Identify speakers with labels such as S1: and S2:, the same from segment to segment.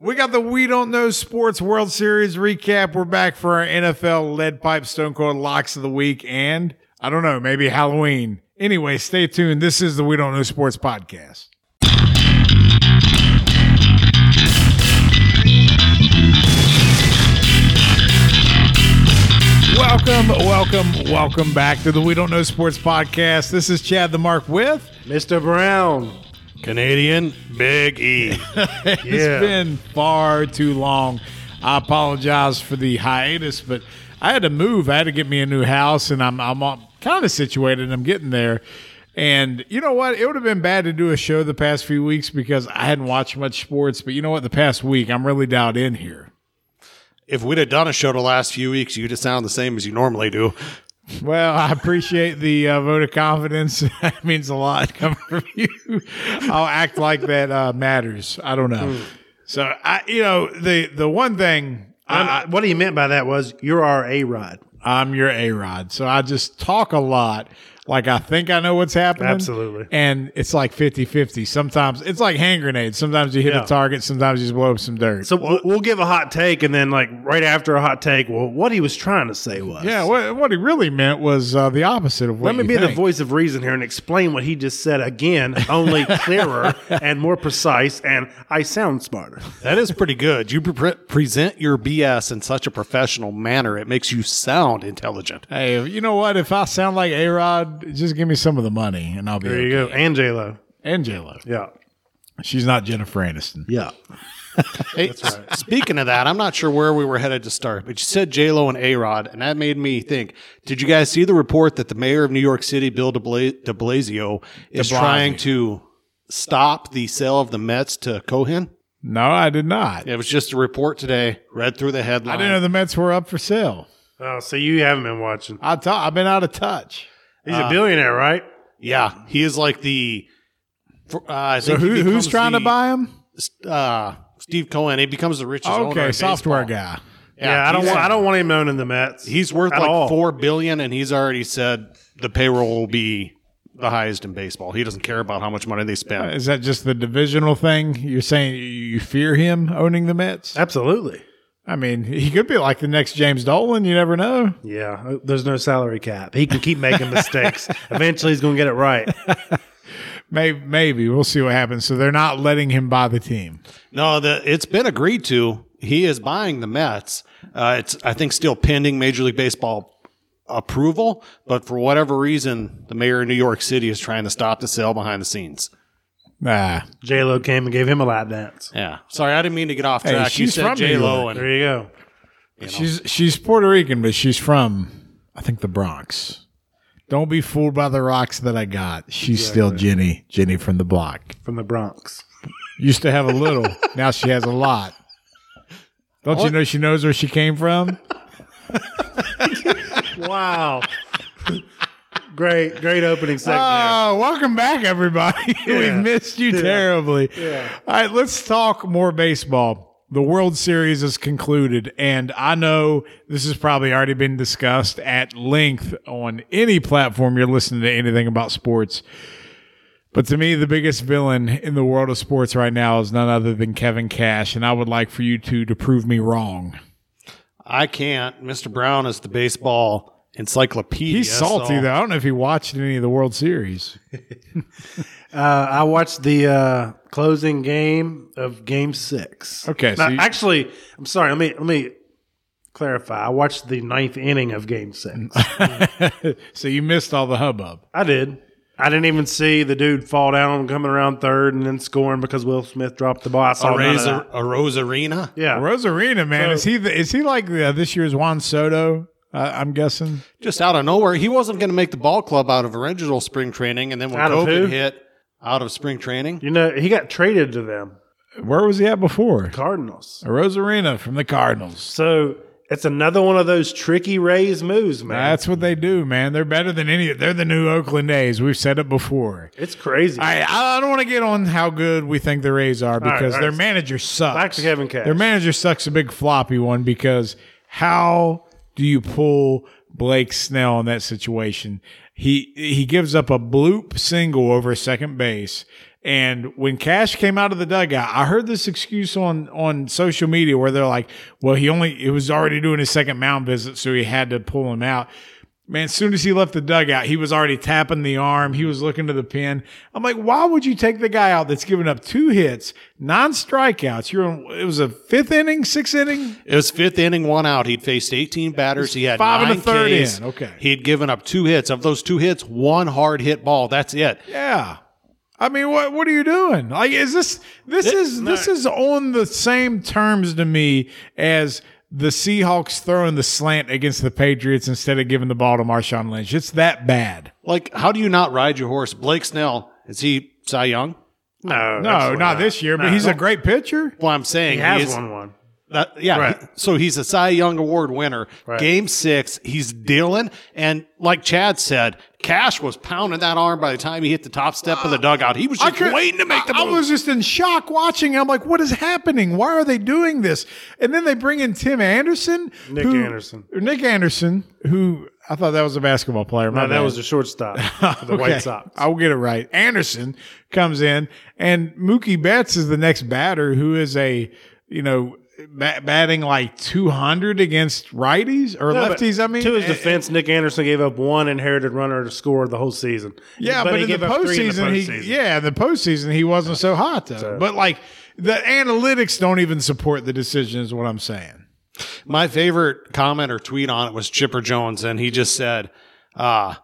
S1: We got the We Don't Know Sports World Series recap. We're back for our NFL lead pipe stone cold locks of the week and I don't know, maybe Halloween. Anyway, stay tuned. This is the We Don't Know Sports podcast. Welcome, welcome, welcome back to the We Don't Know Sports podcast. This is Chad the Mark with
S2: Mr. Brown.
S3: Canadian Big E.
S1: It's been far too long. I apologize for the hiatus, but I had to move. I had to get me a new house, and I'm I'm kind of situated. and I'm getting there. And you know what? It would have been bad to do a show the past few weeks because I hadn't watched much sports. But you know what? The past week, I'm really dialed in here.
S3: if we'd have done a show the last few weeks, you'd have sounded the same as you normally do.
S1: Well, I appreciate the uh, vote of confidence. that means a lot coming from you. I'll act like that uh, matters. I don't know. So I, you know, the the one thing
S2: I- what he meant by that was you're our A Rod.
S1: I'm your A Rod. So I just talk a lot. Like I think I know what's happening.
S2: Absolutely.
S1: And it's like 50 50. Sometimes it's like hand grenades. Sometimes you hit
S2: Yeah.
S1: a target, sometimes you just blow up some dirt.
S2: So we'll, we'll give a hot take, and then like right after a hot take, well, what he was trying to say was,
S1: yeah, what, what he really meant was uh, the opposite of what
S2: Let me
S1: you
S2: be the
S1: think.
S2: voice of reason here and explain what he just said again, only clearer and more precise, and I sound smarter.
S3: That is pretty good. You pre- present your BS in such a professional manner, it makes you sound intelligent.
S1: Hey, you know what? If I sound like A Rod, just give me some of the money and I'll be
S2: There you go, and J Lo.
S1: And J-Lo.
S2: Yeah,
S1: She's not Jennifer Aniston.
S2: yeah.
S3: Hey, s- Speaking of that, I'm not sure where we were headed to start, but you said J-Lo and A-Rod, and that made me think, did you guys see the report that the mayor of New York City, Bill de, Bla- de Blasio, is
S1: De Blasio.
S3: trying to stop the sale of the Mets to Cohen?
S1: No, I did not.
S3: It was just a report today, read through the headline.
S1: I didn't know the Mets were up for sale.
S2: Oh, so you haven't been watching?
S1: I t- I've been out of touch.
S2: He's
S3: Uh,
S2: a billionaire, right?
S3: Yeah, he is like the. for- Uh, I
S1: So
S3: think he
S1: who, who's
S3: becomes
S1: trying
S3: the,
S1: to buy him?
S3: Uh, Steve Cohen. He becomes the richest. owner
S1: Okay,
S3: in
S1: software
S3: baseball.
S1: guy.
S2: Yeah, I don't.
S3: he's-
S2: Want, I don't want him owning the Mets.
S3: He's worth
S2: at
S3: like
S2: all.
S3: four billion, and he's already said the payroll will be the highest in baseball. He doesn't care about how much money they spend.
S1: Is that just the divisional thing? You're saying you- you fear him owning the Mets?
S2: Absolutely.
S1: I mean, he could be like the next James Dolan. You never know.
S2: Yeah, uh, there's no salary cap. He can keep making mistakes. Eventually, he's going to get it right.
S1: Maybe, maybe we'll see what happens. So they're not letting him buy the team.
S3: No, the, it's been agreed to. He is buying the Mets. Uh, it's I think still pending Major League Baseball approval, but for whatever reason, the mayor of New York City is trying to stop the sale behind the scenes.
S1: Nah,
S2: J Lo came and gave him a lap dance.
S3: Yeah, sorry, I didn't mean to get off track. you
S1: she's
S3: said
S1: from New
S3: J Lo
S1: York.
S3: and
S2: There you go.
S1: she's she's Puerto Rican, but she's from I think the Bronx. Don't be fooled by the rocks that I got. She's still Jenny, Jenny from the block.
S2: From the Bronx.
S1: Used to have a little, now she has a lot. Don't you know she knows where she came from?
S2: Wow. great, great opening segment.
S1: Oh, welcome back, everybody. we
S2: Yeah.
S1: missed you terribly. All right, let's talk more baseball. The World Series is concluded, and I know this has probably already been discussed at length on any platform you're listening to anything about sports. But to me, the biggest villain in the world of sports right now is none other than Kevin Cash, and I would like for you two to prove me wrong.
S3: I can't. Mr. Brown is the baseball encyclopedia.
S1: He's salty,
S3: so-
S1: though. I don't know if he watched any of the World Series.
S2: Uh, I watched the uh, closing game of Game Six.
S1: Okay, so
S2: Now,
S1: you-
S2: actually, I'm sorry. Let me let me clarify. I watched the ninth inning of Game Six.
S1: so you missed all the hubbub.
S2: I did. I didn't even see the dude fall down coming around third and then scoring because Will Smith dropped the ball. I
S1: Oh,
S2: saw
S3: A,
S2: none of
S3: Rosa-
S2: that.
S3: a Rosarina?
S2: Yeah.
S1: Rosarina, man,
S2: So-
S1: is he the, is he like the, this year's Juan Soto? Uh, I'm guessing.
S3: Just out of nowhere. He wasn't going to make the ball club out of original spring training. And then when
S2: Out of who?
S3: COVID hit, out of spring training.
S2: You know, he got traded to them,
S1: Where was he at before?
S2: Cardinals.
S1: Rosarina from the Cardinals.
S2: So it's another one of those tricky Rays moves, man.
S1: That's what they do, man. They're better than any. They're the new Oakland A's. We've said it before.
S2: it's crazy.
S1: I I don't want to get on how good we think the Rays are
S2: right,
S1: because
S2: all right.
S1: their manager sucks.
S2: Back to Kevin Cash.
S1: Their manager sucks a big floppy one because how do you pull Blake Snell in that situation? He he gives up a bloop single over second base And when Cash came out of the dugout, I heard this excuse on on social media where they're like, "Well, he only he was already doing his second mound visit, so he had to pull him out." Man, as soon as he left the dugout, he was already tapping the arm. He was looking to the pin. I'm like, why would you take the guy out that's given up two hits, nine strikeouts? You're on, it was a fifth inning, sixth inning.
S3: It was fifth inning, one out. He'd faced 18 batters. He had
S1: five and a
S3: nine
S1: third
S3: Ks.
S1: in. Okay.
S3: He'd given up two hits. Of those two hits, one hard hit ball. That's it.
S1: Yeah. I mean, what what are you doing? Like, is this this is this is on the same terms to me as the Seahawks throwing the slant against the Patriots instead of giving the ball to Marshawn Lynch? It's that bad.
S3: Like, how do you not ride your horse? Blake Snell, is he Cy Young?
S2: No,
S1: No,
S2: absolutely
S1: not this year, but
S2: No.
S1: he's a great pitcher.
S3: Well, I'm saying
S2: He has
S3: is-
S2: won one.
S3: That, yeah.
S2: Right.
S3: he- so he's a Cy Young Award winner.
S2: Right.
S3: Game six, he's dealing. And like Chad said, Cash was pounding that arm by the time he hit the top step of the dugout. He was just
S1: could-
S3: waiting to make the
S1: I, I
S3: move.
S1: was just in shock watching. I'm like, what is happening? Why are they doing this? And then they bring in Tim Anderson,
S2: Nick
S1: who-
S2: Anderson.
S1: or Nick Anderson, who I thought that was a basketball player. My
S2: No, that
S1: bad.
S2: was the shortstop for the
S1: Oh, Okay.
S2: White Sox.
S1: I'll get it right. Anderson comes in, and Mookie Betts is the next batter, who is a you know ba- batting like 200 against righties or
S2: No, but
S1: lefties. I mean, eh,
S2: to his
S1: And-
S2: defense, Nick Anderson gave up one inherited runner to score the whole season.
S1: Yeah, but, in,
S2: he
S1: the
S2: gave up three in the
S1: postseason,
S2: postseason.
S1: he yeah, in the postseason he wasn't so hot though. But like the analytics don't even support the decision, is what I'm saying.
S3: My favorite comment or tweet on it was Chipper Jones, and he just said, uh,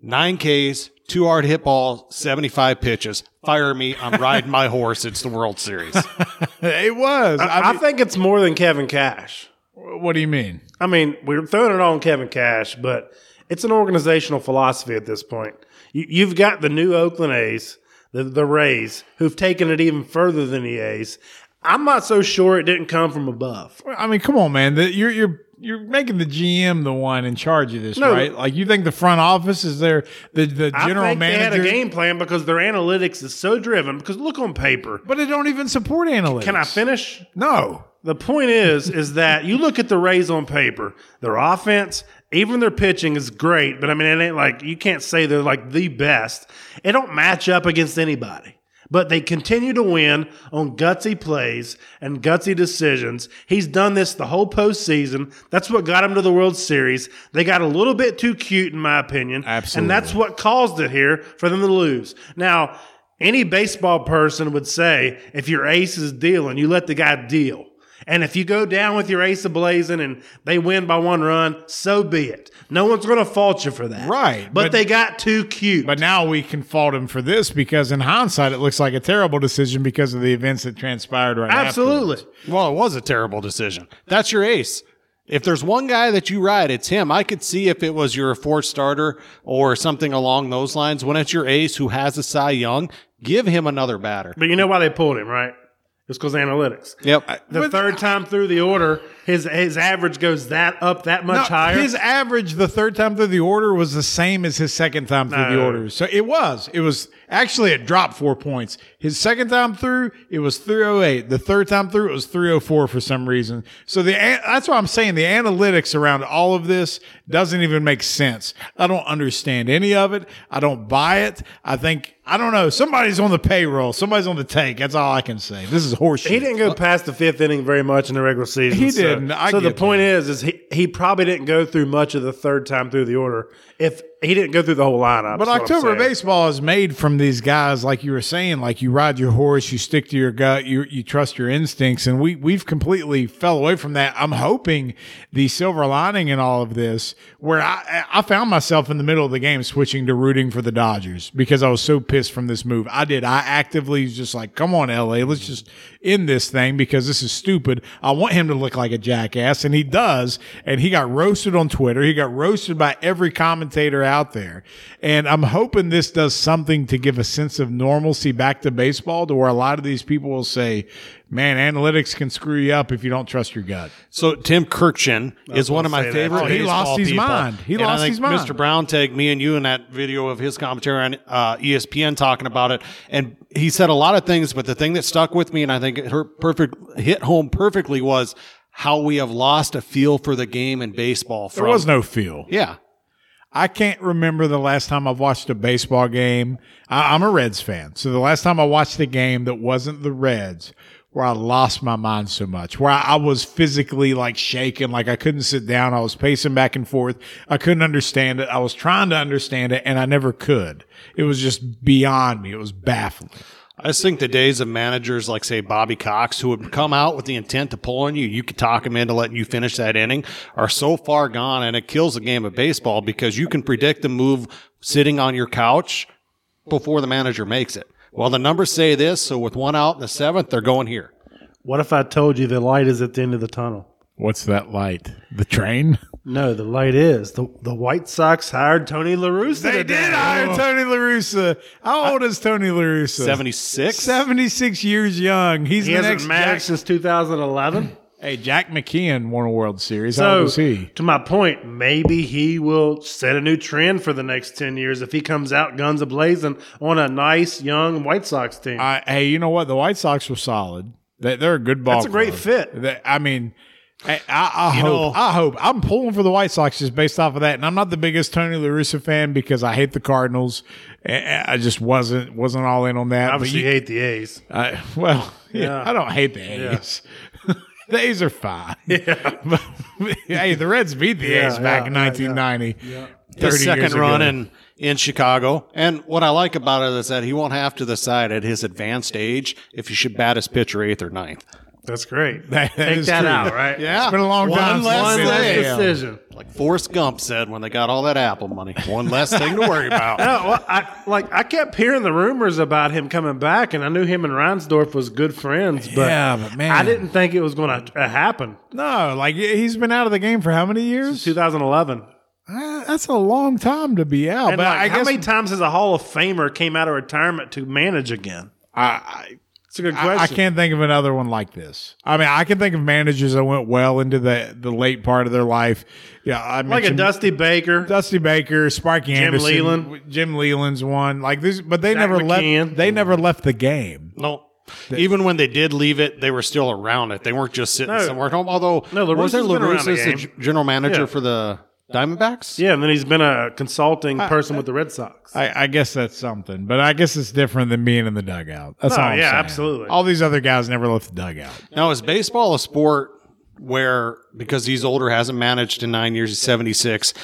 S3: nine Ks, two hard hit balls, 75 pitches. Fire me. I'm riding my horse. It's the World Series.
S1: It was. I,
S2: I
S1: mean-
S2: think it's more than Kevin Cash.
S1: what do you mean?
S2: I mean, we're throwing it on Kevin Cash, but it's an organizational philosophy at this point. You, you've got the new Oakland A's, the, the Rays, who've taken it even further than the A's. I'm not so sure it didn't come from above.
S1: I mean, come on, man. The, you're you're you're making the GM the one in charge of this,
S2: No.
S1: right? Like you think the front office is there, the the general
S2: I think
S1: manager,
S2: they had a game plan because their analytics is so driven. Because look on paper.
S1: but it don't even support analytics.
S2: Can I finish?
S1: No.
S2: The point is, is that you look at the Rays on paper, their offense, even their pitching is great, but I mean, it ain't like you can't say they're like the best. It don't match up against anybody. But they continue to win on gutsy plays and gutsy decisions. He's done this the whole postseason. That's what got him to the World Series. They got a little bit too cute, in my opinion.
S1: Absolutely.
S2: And that's what caused it here for them to lose. Now, any baseball person would say if your ace is dealing, you let the guy deal. And if you go down with your ace ablazing and they win by one run, so be it. No one's going to fault you for that.
S1: Right,
S2: But,
S1: but-
S2: they got too cute.
S1: But now we can fault him for this because, in hindsight, it looks like a terrible decision because of the events that transpired right
S2: Absolutely.
S3: Well, it was a terrible decision. That's your ace. If there's one guy that you ride, it's him. I could see if it was your fourth starter or something along those lines. When it's your ace who has a Cy Young, give him another batter.
S2: But you know why they pulled him, right? It's because analytics.
S3: Yep.
S2: The third time through the order, his his average goes that up that much
S1: No,
S2: higher.
S1: His average the third time through the order was the same as his second time through the
S2: No.
S1: order. So it was. It was actually it dropped four points. His second time through, it was 308. The third time through, it was 304 for some reason. So the an- that's why I'm saying the analytics around all of this doesn't even make sense. I don't understand any of it. I don't buy it. I think I don't know. Somebody's on the payroll. Somebody's on the take. That's all I can say. This is horseshit.
S2: He didn't go past the fifth inning very much in the regular season.
S1: He
S2: so-
S1: didn't. I
S2: so the
S1: get
S2: point is, is he, he probably didn't go through much of the third time through the order. If he didn't go through the whole lineup,
S1: But
S2: is what I'm
S1: October
S2: saying.
S1: baseball is made from these guys, like you were saying, like you ride your horse, you stick to your gut, you you trust your instincts, and we we've completely fell away from that. I'm hoping the silver lining in all of this, where I I found myself in the middle of the game switching to rooting for the Dodgers because I was so pissed from this move. I did. I actively was just like, come on, LA, let's just end this thing because this is stupid. I want him to look like a jackass, and he does. And he got roasted on Twitter. He got roasted by every commentator out there. And I'm hoping this does something to give a sense of normalcy back to baseball to where a lot of these people will say, man, analytics can screw you up if you don't trust your gut.
S3: So Tim Kirkchin is one of my
S2: that
S3: favorite.
S1: too. Oh, He
S3: baseball
S1: lost his
S3: people.
S1: mind. He
S3: And I
S1: lost
S3: think
S1: his mind.
S3: Mr. Brown tagged me and you in that video of his commentary on uh, ESPN talking about it, and he said a lot of things. But the thing that stuck with me, and I think it hurt perfect hit home perfectly, was how we have lost a feel for the game in baseball. From,
S1: There was no feel.
S3: yeah.
S1: I can't remember the last time I've watched a baseball game. I, I'm a Reds fan. So the last time I watched a game that wasn't the Reds, where I lost my mind so much, where I, I was physically like shaking, like I couldn't sit down. I was pacing back and forth. I couldn't understand it. I was trying to understand it and I never could. It was just beyond me. It was baffling.
S3: I just think the days of managers like, say, Bobby Cox, who would come out with the intent to pull on you, you could talk him into letting you finish that inning, are so far gone, and it kills the game of baseball because you can predict the move sitting on your couch before the manager makes it. Well, the numbers say this, so with one out in the seventh, they're going here.
S2: What if I told you the light is at the end of the tunnel?
S1: What's that light? The train?
S2: No, the light is the the White Sox hired Tony La Russa.
S1: They
S2: today.
S1: did hire Tony La Russa. How old is Tony La Russa?
S3: 76?
S1: 76 years young. He's
S2: He
S1: the
S2: hasn't
S1: next
S2: mattered
S1: Jack-
S2: since 2011.
S1: Hey, Jack McKeon won a World Series. How old
S2: so,
S1: was he?
S2: to my point, maybe he will set a new trend for the next 10 years if he comes out guns ablazing on a nice young White Sox team.
S1: Uh, hey, you know what? The White Sox were solid. They, they're a good ball.
S2: That's a great
S1: club.
S2: fit.
S1: They- I mean, I, I, I hope.
S3: know-
S1: I hope. I'm pulling for the White Sox just based off of that. And I'm not the biggest Tony La Russa fan because I hate the Cardinals. I I just wasn't wasn't all in on that. But
S2: Obviously,
S1: you-
S2: you hate the A's.
S1: I, well, yeah,
S2: Yeah.
S1: I don't hate the A's. the A's are fine. But, hey, the Reds beat the A's back
S2: yeah,
S1: in
S2: yeah,
S1: 1990.
S3: his
S1: 30 years
S3: second run
S1: ago.
S3: in, in Chicago. And what I like about it is that he won't have to decide at his advanced age if he should bat his pitcher eighth or ninth.
S2: That's great.
S1: That- that
S2: Take
S1: is
S2: that
S1: true.
S2: out, right?
S3: Yeah.
S1: It's been a long
S3: One
S1: time.
S3: less
S1: since
S2: One
S1: I've been
S2: last
S1: to the AL.
S2: decision.
S3: Like Forrest Gump said when they got all that Apple money. One less thing to worry about.
S2: No, Oh, well, I like I kept hearing the rumors about him coming back, and I knew him and Reinsdorf was good friends, but
S1: Yeah, but man.
S2: I didn't think it was going to happen.
S1: No, like he's been out of the game for how many years?
S2: 2011.
S1: Uh, that's a long time to be out.
S2: And
S1: but
S2: like,
S1: I
S2: how
S1: guess
S2: many times has a Hall of Famer came out of retirement to manage again?
S1: I,
S2: It's a good
S1: I,
S2: question.
S1: I can't think of another one like this. I mean, I can think of managers that went well into the the late part of their life. Yeah, I
S2: like a
S1: mentioned
S2: Dusty Baker.
S1: Dusty Baker, Sparky Anderson,
S2: Leland.
S1: Jim Leland's one. Like this, but they
S2: Jack
S1: never
S2: McCann.
S1: left. They never left the game.
S3: No. Even when they did leave it, they were still around it. They weren't just sitting
S2: No.
S3: somewhere at home. Although,
S2: No, La
S3: wasn't
S2: Russa's been around the
S3: LaRusse the
S2: game.
S3: g- general manager
S2: Yeah.
S3: for the Diamondbacks?
S2: Yeah, and then he's been a consulting person with the Red Sox.
S1: I, I guess that's something, but I guess it's different than being in the dugout. That's
S2: No,
S1: all. I'm
S2: yeah,
S1: saying.
S2: absolutely.
S1: All these other guys never left the dugout.
S3: Now, is baseball a sport where, because he's older, hasn't managed in nine years, he's 76,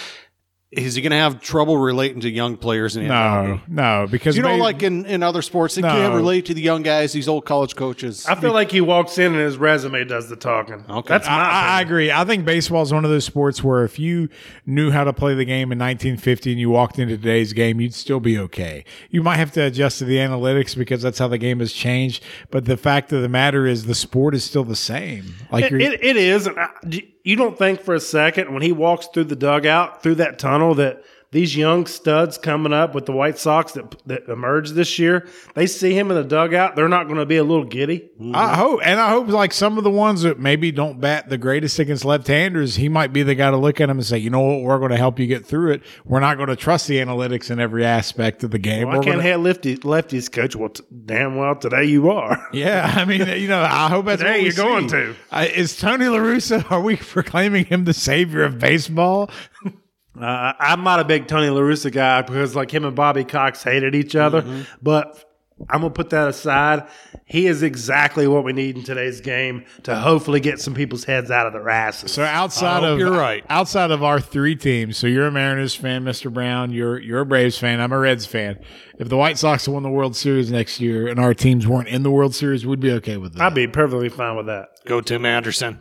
S3: is he going to have trouble relating to young players? And
S1: No, no, because
S3: You know,
S1: ba-
S3: like in, in other sports, they
S1: No.
S3: can't relate to the young guys, these old college coaches.
S2: I feel like he walks in and his resume does the talking.
S3: Okay.
S2: That's my
S1: I, I
S2: opinion.
S1: agree. I think baseball is one of those sports where if you knew how to play the game in 1950 and you walked into today's game, you'd still be okay. You might have to adjust to the analytics because that's how the game has changed. But the fact of the matter is, the sport is still the same. Like
S2: It,
S1: you're,
S2: it, it is. And I, do- you don't think for a second when he walks through the dugout, through that tunnel, that these young studs coming up with the White Sox that, that emerged this year, they see him in the dugout. They're not going to be a little giddy.
S1: I hope, and I hope like some of the ones that maybe don't bat the greatest against left-handers, he might be the guy to look at him and say, you know what, we're going to help you get through it. We're not going to trust the analytics in every aspect of the game.
S2: I
S1: We're
S2: can't
S1: gonna-
S2: have lefty, lefties, coach. Well, t- damn well, today you are.
S1: Yeah, I mean, you know, I hope that's
S2: There
S1: what we
S2: you're going
S1: see.
S2: to.
S1: Uh, is Tony La Russa? Are we proclaiming him the savior of baseball?
S2: Uh, I'm not a big Tony La Russa guy because like him and Bobby Cox hated each other, but I'm gonna put that aside. He is exactly what we need in today's game to hopefully get some people's heads out of their asses.
S1: So outside
S3: hope
S1: of
S3: you're right.
S1: outside of our three teams, so you're a Mariners fan, Mister Brown. You're you're a Braves fan. I'm a Reds fan. If the White Sox won the World Series next year and our teams weren't in the World Series, we'd be okay with that.
S2: I'd be perfectly fine with that.
S3: Go Tim Anderson.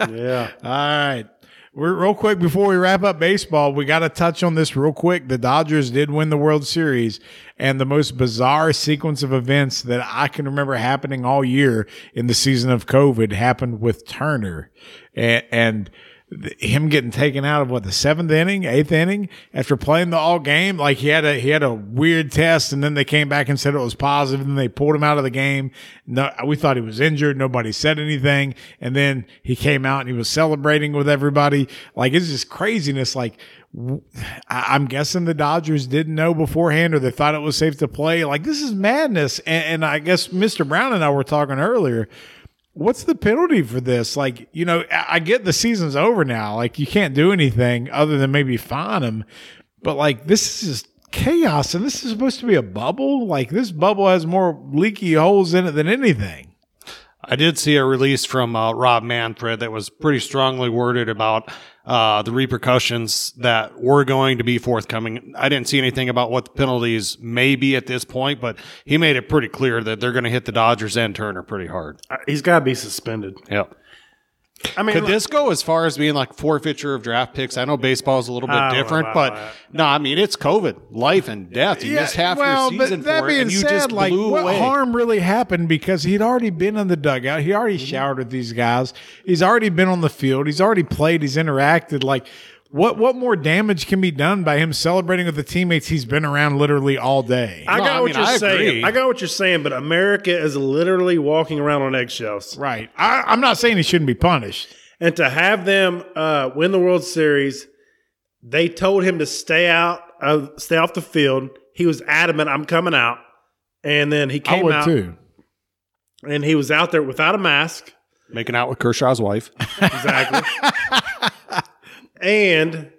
S2: Yeah.
S1: All right. We're, real quick before we wrap up baseball, we got to touch on this real quick. The Dodgers did win the World Series, and the most bizarre sequence of events that I can remember happening all year in the season of COVID happened with Turner and, and th- him getting taken out of what the seventh inning, eighth inning after playing the all game. Like he had a he had a weird test, and then they came back and said it was positive, and they pulled him out of the game. No, we thought he was injured. Nobody said anything, and then he came out and he was celebrating with everybody. Like it's just craziness. Like w- I- I'm guessing the Dodgers didn't know beforehand, or they thought it was safe to play. Like this is madness. And, and I guess Mr. Brown and I were talking earlier what's the penalty for this? Like, you know, I I get the season's over now. Like, you can't do anything other than maybe fine them. But like, this is chaos, and this is supposed to be a bubble. Like, this bubble has more leaky holes in it than anything.
S3: I did see a release from uh, Rob Manfred that was pretty strongly worded about uh, the repercussions that were going to be forthcoming. I didn't see anything about what the penalties may be at this point, but he made it pretty clear that they're going to hit the Dodgers and Turner pretty hard.
S2: Uh, He's got to be suspended.
S3: Yep.
S2: I mean,
S3: Could
S2: look,
S3: this go as far as being like forfeiture of draft picks? I know baseball's a little bit
S2: I don't know
S3: different,
S2: about
S3: but
S2: that.
S3: no, I mean it's COVID, life and death. You missed half your season for it, and you just blew
S1: like, what
S3: away.
S1: harm really happened? Because he'd already been in the dugout. He already
S3: Mm-hmm.
S1: showered with these guys. He's already been on the field. He's already played. He's interacted. Like, what what more damage can be done by him celebrating with the teammates he's been around literally all day?
S2: I
S3: No,
S2: got
S3: I
S2: what
S3: mean,
S2: you're
S3: I
S2: saying.
S3: agree.
S2: I got what you're saying, but America is literally walking around on eggshells.
S1: Right. I, I'm not saying he shouldn't be punished.
S2: And to have them uh, win the World Series, they told him to stay out, uh, stay off the field. He was adamant, "I'm coming out," and then he
S1: I
S2: came
S1: would
S2: out,
S1: too.
S2: and he was out there without a mask,
S3: Making out with Kershaw's wife.
S2: exactly. and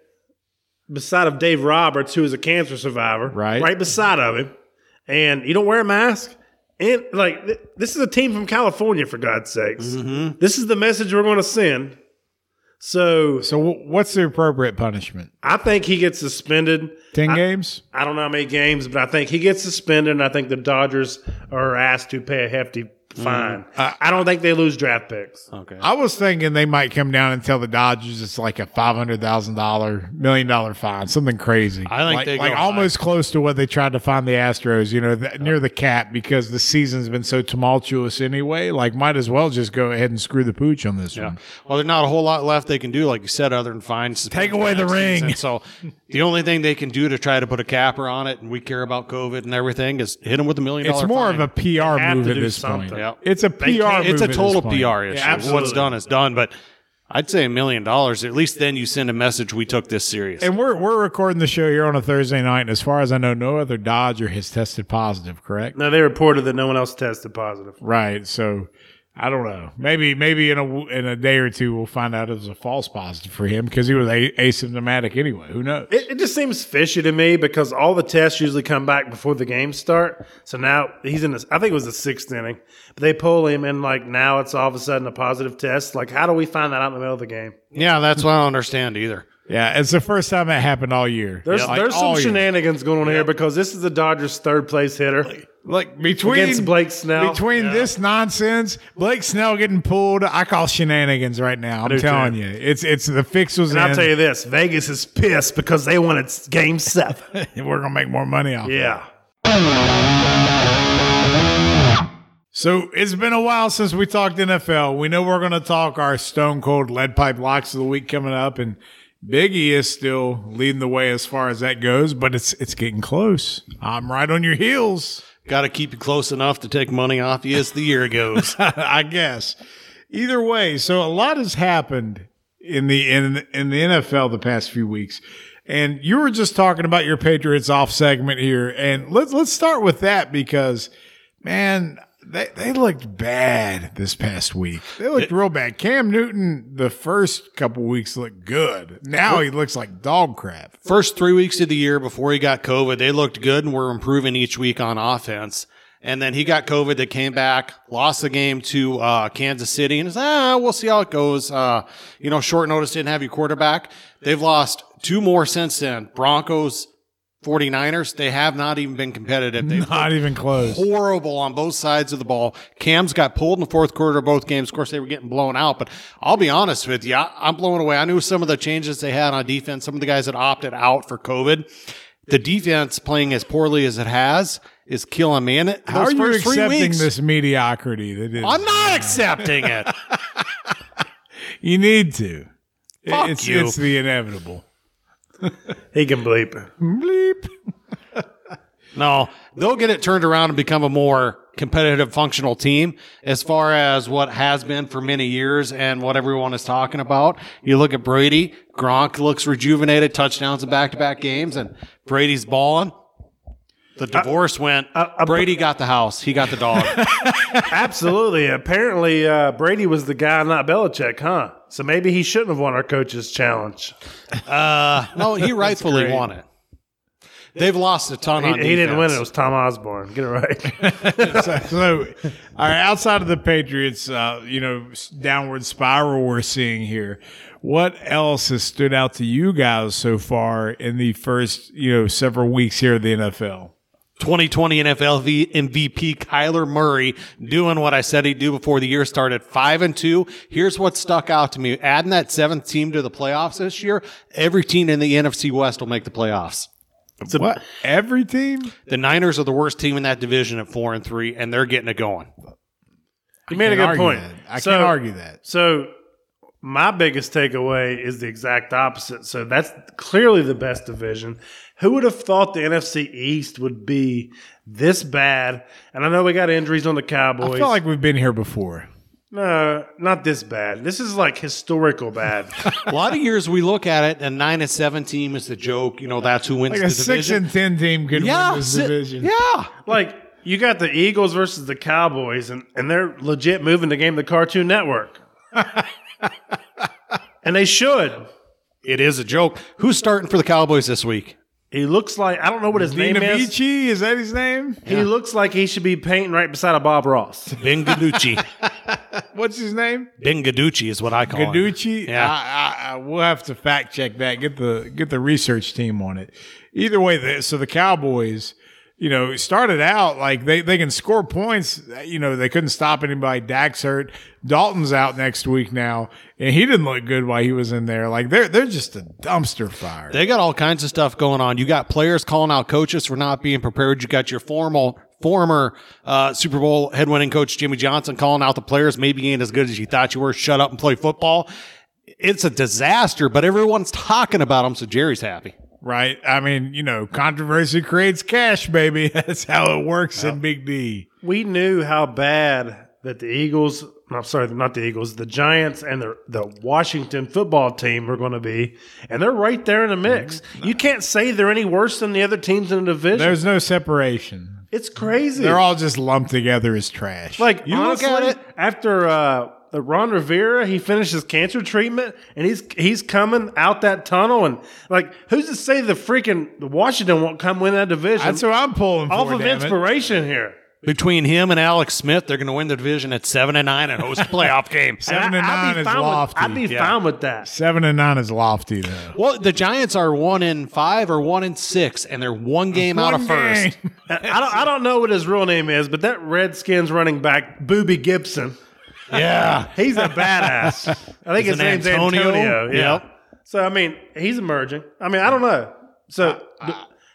S2: beside of Dave Roberts, who is a cancer survivor,
S1: Right.
S2: right beside of him, and you don't wear a mask. And like th- this is a team from California, for God's sakes. This is the message we're going to send. So
S1: So, wh- what's the appropriate punishment?
S2: I think he gets suspended.
S1: 10 games?
S2: I don't know how many games, but I think he gets suspended. And I think the Dodgers are asked to pay a hefty fine. I don't think they lose draft picks.
S3: Okay.
S1: I was thinking they might come down and tell the Dodgers it's like a five hundred thousand dollar million dollar fine, something crazy.
S3: I think
S1: like,
S3: they go
S1: like
S3: high.
S1: almost close to what they tried to find the Astros, you know, th- near the cap because the season's been so tumultuous anyway. Like, might as well just go ahead and screw the pooch on this one.
S3: Well, there's not a whole lot left they can do, like you said, other than find
S1: Take away the ring.
S3: And so the only thing they can do to try to put a capper on it, and we care about COVID and everything, is hit them with a million
S1: It's
S3: dollar.
S1: more
S3: fine.
S1: of a PR
S2: have
S1: move
S2: to
S1: at
S2: do
S1: this point.
S2: something.
S3: Yep.
S1: It's a PR.
S2: can't-
S1: move
S3: It's a
S1: at this
S3: total PR
S1: point.
S3: issue.
S2: absolutely.
S3: What's done is done, but I'd say a million dollars. At least then you send a message we took this serious.
S1: And we're we're recording the show here on a Thursday night, and as far as I know, no other Dodger has tested positive. Correct.
S2: No, they reported that no one else tested positive.
S1: Right. So I don't know. Maybe maybe in a in a day or two we'll find out it was a false positive for him because he was a- asymptomatic anyway. Who knows?
S2: It, it just seems fishy to me because all the tests usually come back before the games start. So now he's in. This, I think it was the sixth inning. But they pull him, and like now it's all of a sudden a positive test. Like, how do we find that out in the middle of the game?
S3: yeah, that's what I don't understand either.
S1: yeah, it's the first time that happened all year.
S2: There's
S1: Like,
S2: there's
S1: all
S2: some
S1: year.
S2: shenanigans going on here because this is the Dodgers' third place hitter.
S1: like between
S2: against Blake Snell.
S1: Between this nonsense, Blake Snell getting pulled, I call shenanigans right now. I'm
S2: do
S1: telling
S2: too.
S1: you, it's it's the fix was
S2: And
S1: in.
S2: I'll tell you this: Vegas is pissed because they wanted s- Game Seven.
S1: we're gonna make more money off. it.
S2: yeah,
S1: So it's been a while since we talked NFL. We know we're going to talk our stone cold lead pipe locks of the week coming up, and Biggie is still leading the way as far as that goes. But it's it's getting close. I'm right on your heels,
S3: Got to keep you close enough to take money off you as the year goes.
S1: I guess. Either way, so a lot has happened in the in in the NFL the past few weeks, and you were just talking about your Patriots off segment here, and let's let's start with that because man, they, they looked bad this past week. They looked real bad. Cam Newton, the first couple weeks looked good. Now he looks like dog crap.
S3: first three weeks of the year before he got COVID, they looked good and were improving each week on offense. And then he got COVID. They came back, lost the game to uh, Kansas City, and it's ah, we'll see how it goes. Uh, you know, short notice didn't have your quarterback. They've lost two more since then. Broncos, 49ers. They have not even been competitive. They've
S1: Not even close.
S3: horrible on both sides of the ball. Cam's got pulled in the fourth quarter of both games. Of course, they were getting blown out, but I'll be honest with you, I, I'm blown away. I knew some of the changes they had on defense, some of the guys that opted out for COVID. The defense playing as poorly as it has is killing me. And it,
S1: How are
S3: those
S1: you
S3: first three
S1: accepting
S3: weeks,
S1: this mediocrity? That is,
S3: I'm not accepting it.
S1: you need to.
S3: Fuck
S1: it's,
S3: you.
S1: it's the inevitable.
S2: he can bleep.
S1: Bleep.
S3: No, they'll get it turned around and become a more competitive, functional team as far as what has been for many years and what everyone is talking about. You look at Brady, Gronk looks rejuvenated, touchdowns in back to back games, and Brady's balling. The
S2: Uh,
S3: divorce went. Brady got the house. He got the dog.
S2: Absolutely. Apparently, uh, Brady was the guy, not Belichick, huh? So maybe he shouldn't have won our coaches challenge.
S3: no, he rightfully won it. They've lost a ton
S2: He,
S3: on
S2: he didn't win. It
S3: defense.
S2: was Tom Osborne. Get it right.
S1: so, all right, outside of the Patriots, uh, you know, s- downward spiral we're seeing here, what else has stood out to you guys so far in the first, you know, several weeks here of the NFL?
S3: 2020 NFL v- MVP Kyler Murray doing what I said he'd do before the year started. Five and two. Here's what stuck out to me. Adding that seventh team to the playoffs this year, every team in the NFC West will make the playoffs.
S1: what? Every team?
S3: The Niners are the worst team in that division at four and three, and they're getting it going.
S2: You made
S1: Can't
S2: a good
S1: argue
S2: point.
S1: that. I
S2: So-
S1: can't argue that.
S2: So my biggest takeaway is the exact opposite. So that's clearly the best division. Who would have thought the NFC East would be this bad? And I know we got injuries on the Cowboys.
S1: I feel like we've been here before.
S2: no, not this bad. This is like historical bad.
S3: A lot of years we look at it, and nine and seven team is the joke. You know, that's who wins
S1: Like
S3: the
S1: a six
S3: division.
S1: and ten team could
S3: yeah,
S1: win this
S3: si-
S1: division.
S3: yeah.
S2: like you got the Eagles versus the Cowboys, and, and they're legit moving the game to Cartoon Network. and they should.
S3: It is a joke. Who's starting for the Cowboys this week?
S2: He looks like I don't know what his name is.
S1: Inavici, is that his name?
S2: He looks like he should be painting right beside a Bob Ross.
S3: Ben Gaducci.
S1: What's his name?
S3: ben Gaducci is what I call him.
S1: Gaducci.
S3: Yeah.
S1: I, I, I, we'll have to fact check that. Get the get the research team on it. Either way, the, so the Cowboys, you know, started out like they they can score points. You know, they couldn't stop anybody. Dax hurt. Dalton's out next week now, and he didn't look good while he was in there. Like they're they're just a dumpster fire.
S3: They got all kinds of stuff going on. You got players calling out coaches for not being prepared. You got your formal former uh, Super Bowl head winning coach Jimmy Johnson calling out the players maybe you ain't as good as you thought you were. Shut up and play football. It's a disaster, but everyone's talking about them, so Jerry's happy.
S1: right? I mean, you know, controversy creates cash, baby. That's how it works in Big D.
S2: we knew how bad that the Eagles, no, I'm sorry, not the Eagles, the Giants and the the Washington football team were going to be, and they're right there in the mix.
S3: Mm-hmm.
S2: You can't say they're any worse than the other teams in the division.
S1: There's no separation.
S2: it's crazy.
S1: They're all just lumped together as trash.
S2: like
S3: You look
S2: honestly,
S3: at it-
S2: after uh, the Ron Rivera, he finished his cancer treatment, and he's he's coming out that tunnel, and like who's to say the freaking Washington won't come win that division?
S1: that's what I'm pulling for.
S2: off of
S1: damn it.
S2: inspiration here.
S3: Between him and Alex Smith, they're going to win the division at seven and nine and host a playoff game.
S1: Seven and
S2: I'd be
S1: nine is
S2: fine with-
S1: lofty.
S2: I'd be
S3: Yeah.
S2: fine with that.
S1: Seven and nine is lofty though.
S3: Well, the Giants are one in five or one in six, and they're one game out of
S1: One game.
S3: first.
S2: I don't, I don't know what his real name is, but that Redskins running back, Booby Gibson,
S3: Yeah.
S2: he's a badass. I think
S3: Is
S2: his
S3: it
S2: name's
S3: Antonio?
S2: Antonio. Yeah.
S3: Yep.
S2: So, I mean, he's emerging. I mean, I don't know. So,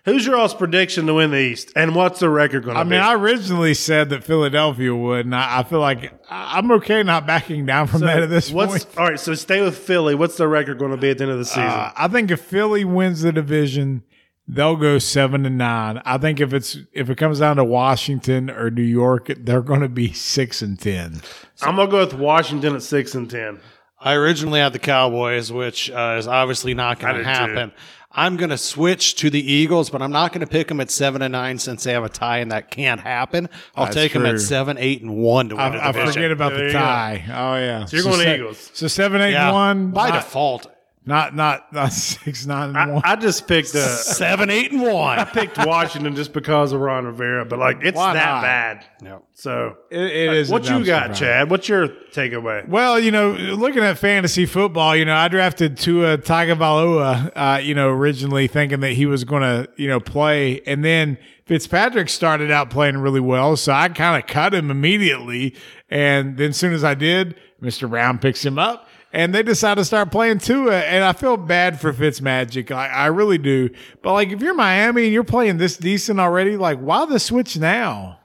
S2: who's your all's prediction to win the East? And what's the record going
S1: I
S2: to be?
S1: mean, I originally said that Philadelphia would, and I, I feel like I- I'm okay not backing down from that at this
S2: what's,
S1: point.
S2: All right, so stay with Philly. What's the record going to be at the end of the season?
S1: Uh, I think if Philly wins the division, they'll go seven and nine. I think if it's if it comes down to Washington or New York, they're going to be six and ten.
S2: I'm going to go with Washington at 6 and 10.
S3: I originally had the Cowboys, which uh, is obviously not going
S2: I
S3: to
S2: did
S3: happen. I'm going to switch to the Eagles, but I'm not going to pick them at seven and nine since they have a tie, and that can't happen. I'll
S1: That's
S3: take them
S1: true.
S3: at seven, eight, and one to win the
S1: I, I
S3: division.
S1: forget about
S2: There
S1: the
S2: you
S1: tie. Oh yeah, so
S2: you're going
S1: se-
S2: Eagles.
S1: So seven eight
S3: Yeah.
S1: one
S3: by
S1: not,
S3: default.
S1: not not not six nine and one.
S2: I just picked uh,
S3: Seven, eight, and one.
S2: picked Washington just because of Ron Rivera, but like it's
S3: Why
S2: that
S3: not?
S2: bad.
S3: Yep.
S2: So
S1: It- it is a
S2: what you
S1: dumpster
S2: got,
S1: fire.
S2: Chad? What's your takeaway?
S1: Well, you know, looking at fantasy football, you know, I drafted Tua Tagovailoa, uh, you know, originally thinking that he was going to, you know, play, and then Fitzpatrick started out playing really well, so I kind of cut him immediately, and then soon as I did, Mr. Brown picks him up. And they decide to start playing Tua, and I feel bad for Fitzmagic. I, I really do. But like, if you're Miami and you're playing this decent already, like, why the switch now?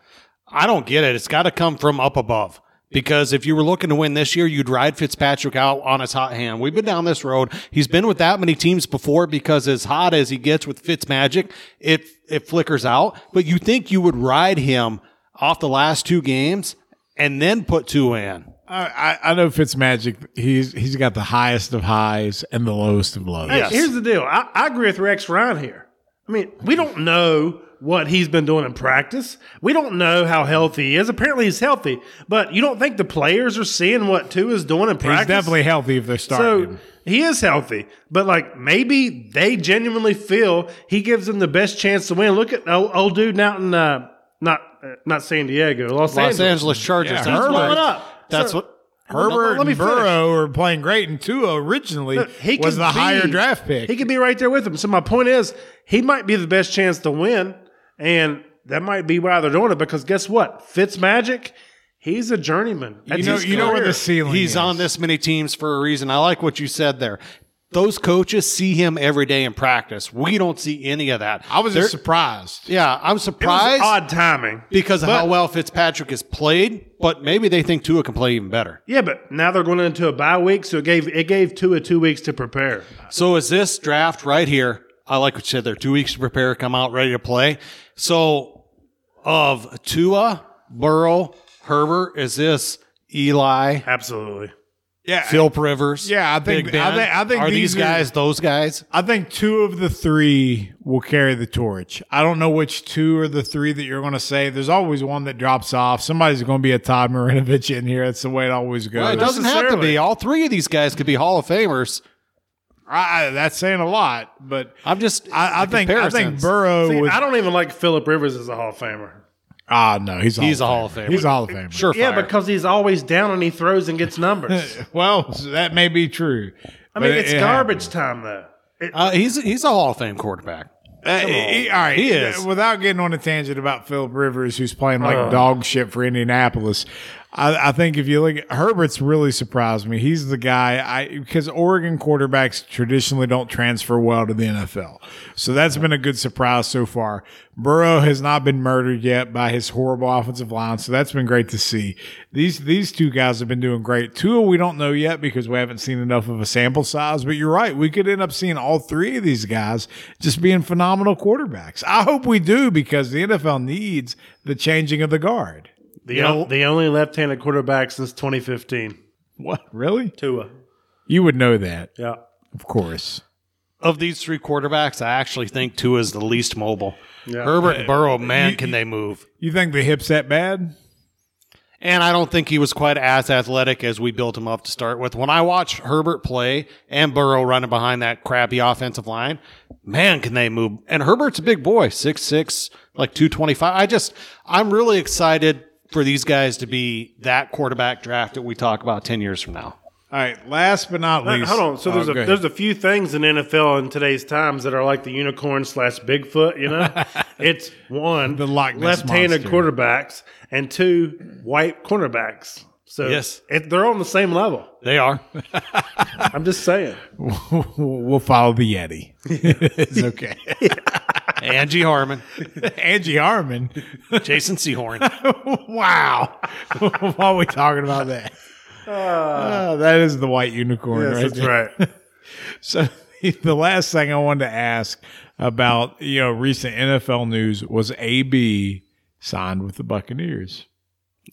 S3: I don't get it. It's got to come from up above. Because if you were looking to win this year, you'd ride Fitzpatrick out on his hot hand. We've been down this road. He's been with that many teams before because as hot as he gets with Fitzmagic, it it flickers out. But you think you would ride him off the last two games and then put two in.
S1: I, I I know Fitzmagic. He's he's got the highest of highs and the lowest of lows.
S2: Hey, Here's the deal. I, I agree with Rex Ryan here. I mean, we don't know what he's been doing in practice. We don't know how healthy he is. Apparently, he's healthy, but you don't think the players are seeing what Tua is doing in practice?
S1: He's definitely healthy if they're starting
S2: So
S1: him.
S2: he is healthy, but like maybe they genuinely feel he gives them the best chance to win. Look at old, old dude out in uh, not uh, not San Diego, Los,
S3: Los
S2: Angeles.
S3: Angeles Chargers.
S1: Yeah,
S3: that's
S1: Herbert.
S3: what-
S2: Blowing up.
S3: That's
S2: So-
S3: what.
S1: Herbert
S2: let me
S1: and Burrow are playing great, and Tua originally
S2: He
S1: was
S2: could
S1: the
S2: be-
S1: higher draft pick.
S2: He could be right there with him. So my point is, he might be the best chance to win, and that might be why they're doing it. Because guess what, Fitz Magic, he's a journeyman.
S1: you
S2: That's
S1: know,
S2: his
S1: you know where
S2: career.
S1: the ceiling
S3: He's
S1: is.
S3: on this many teams for a reason. I like what you said there. Those coaches see him every day in practice. We don't see any of that.
S1: I was just
S3: They're-
S1: surprised.
S3: yeah, I'm
S2: It was
S3: surprised
S2: odd timing.
S3: because of how well Fitzpatrick has played, but maybe they think Tua can play even better.
S2: Yeah, but now they're going into a bye week, so it gave it gave Tua two weeks to prepare.
S3: So is this draft right here? I like what you said there. Two weeks to prepare, come out ready to play. So of Tua, Burrow, Herbert, is this Eli,
S2: Absolutely.
S1: Yeah,
S3: Philp Rivers?
S1: Yeah, I think-
S3: Big Ben?
S1: I think- I think
S3: are
S1: these
S3: these, guys those guys?
S1: I think two of the three will carry the torch. I don't know which two or the three that you're going to say. There's always one that drops off. Somebody's going to be a Todd Marinovich in here. That's the way it always goes.
S3: It doesn't have to
S2: necessarily.
S3: be. All three of these guys could be Hall of Famers.
S1: I, I- that's saying a lot, but
S3: I'm just.
S1: I, I
S3: the
S1: think I think
S3: comparisons.
S1: Burrow.
S2: See,
S1: was,
S2: I don't even like Philip Rivers as a Hall of Famer.
S1: ah, no, he's a
S3: He's a
S1: Hall
S3: Hall
S1: of
S3: of
S1: Famer.
S3: Famer.
S1: He's a Hall of Famer.
S3: Surefire.
S2: Yeah, because he's always down and he throws and gets numbers.
S1: Well, that may be true.
S2: I mean, it's garbage time though. It-
S3: uh, he's he's a Hall of Fame quarterback.
S1: Uh, he, all right,
S3: He is.
S1: Without getting on a tangent about Philip Rivers, who's playing like dog shit for Indianapolis, I, I think if you look at Herbert's really surprised me. He's the guy I because Oregon quarterbacks traditionally don't transfer well to the NFL, so that's been a good surprise so far. Burrow has not been murdered yet by his horrible offensive line, so that's been great to see. These these two guys have been doing great. Tua we don't know yet because we haven't seen enough of a sample size, but you're right. We could end up seeing all three of these guys just being phenomenal quarterbacks. I hope we do because the NFL needs the changing of the guard.
S2: the, on- the only left-handed quarterback since 2015.
S1: What? Really?
S2: Tua.
S1: You would know that,
S2: Yeah.
S1: of course.
S3: Of these three quarterbacks, I actually think Tua is the least mobile.
S2: Yeah.
S3: Herbert and Burrow, man,
S1: you-
S3: can they move?
S1: You think the hip's that bad?
S3: And I don't think he was quite as athletic as we built him up to start with. When I watched Herbert play and Burrow running behind that crappy offensive line, man, can they move. And Herbert's a big boy, 6'6, like 225. I just, I'm really excited for these guys to be that quarterback draft that we talk about 10 years from now.
S1: All right. Last but not
S2: Uh,
S1: least.
S2: Hold on. So
S1: Oh,
S2: there's
S1: go
S2: a
S1: ahead.
S2: there's a few things in NFL in today's times that are like the unicorn slash Bigfoot. You know, it's one
S1: The Loch Ness
S2: left-handed
S1: Monster.
S2: quarterbacks and two white cornerbacks. So
S3: Yes.
S2: it, they're on the same level.
S3: They are.
S2: I'm just saying.
S1: we'll follow the Yeti. it's okay.
S3: Angie Harmon,
S1: Angie Harmon.
S3: Jason Seahorn.
S1: wow. Why are we talking about that? Ah, that is the white unicorn, right?
S2: Uh, Yes,
S1: there.
S2: that's right.
S1: So the last thing I wanted to ask about, you know, recent NFL news was AB signed with the Buccaneers.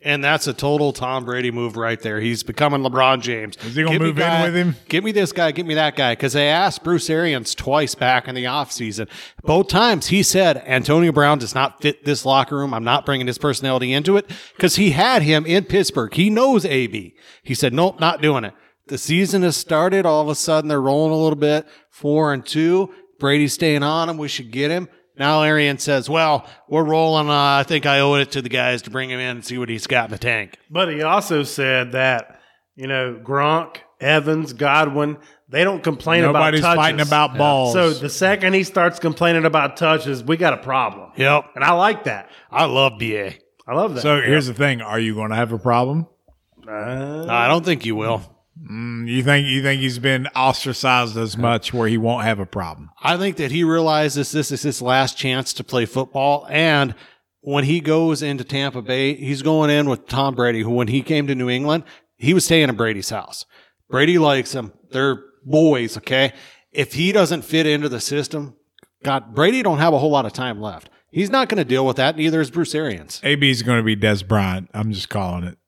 S3: And that's a total Tom Brady move right there. He's becoming LeBron James.
S1: Is he gonna
S3: Give me
S1: move in
S3: guy-
S1: with him?
S3: Give me this guy, give me that guy. Because they asked Bruce Arians twice back in the offseason. Both times he said, Antonio Brown does not fit this locker room. I'm not bringing his personality into it. Because he had him in Pittsburgh. He knows AB. He said, nope, not doing it. The season has started. All of a sudden they're rolling a little bit. Four and two. Brady's staying on him. We should get him. Now Arian says, "Well, we're rolling. Uh, I think I owe it to the guys to bring him in and see what he's got in the tank."
S2: But he also said that you know Gronk, Evans, Godwin, they don't complain
S1: Nobody's
S2: about touches.
S1: fighting about balls.
S2: So the second he starts complaining about touches, we got a problem.
S3: Yep,
S2: And I like that.
S3: I love BA.
S2: I love that.
S1: So here's the thing: Are you going to have a problem?
S2: Uh,
S3: I don't think you will.
S1: You think you think he's been ostracized as much where he won't have a problem?
S3: I think that he realizes this is his last chance to play football, and when he goes into Tampa Bay, he's going in with Tom Brady, who when he came to New England, he was staying at Brady's house. Brady likes him. They're boys, okay? If he doesn't fit into the system, God, Brady don't have a whole lot of time left. He's not going to deal with that. Neither is Bruce Arians.
S1: AB is going to be Des Bryant. I'm just calling it.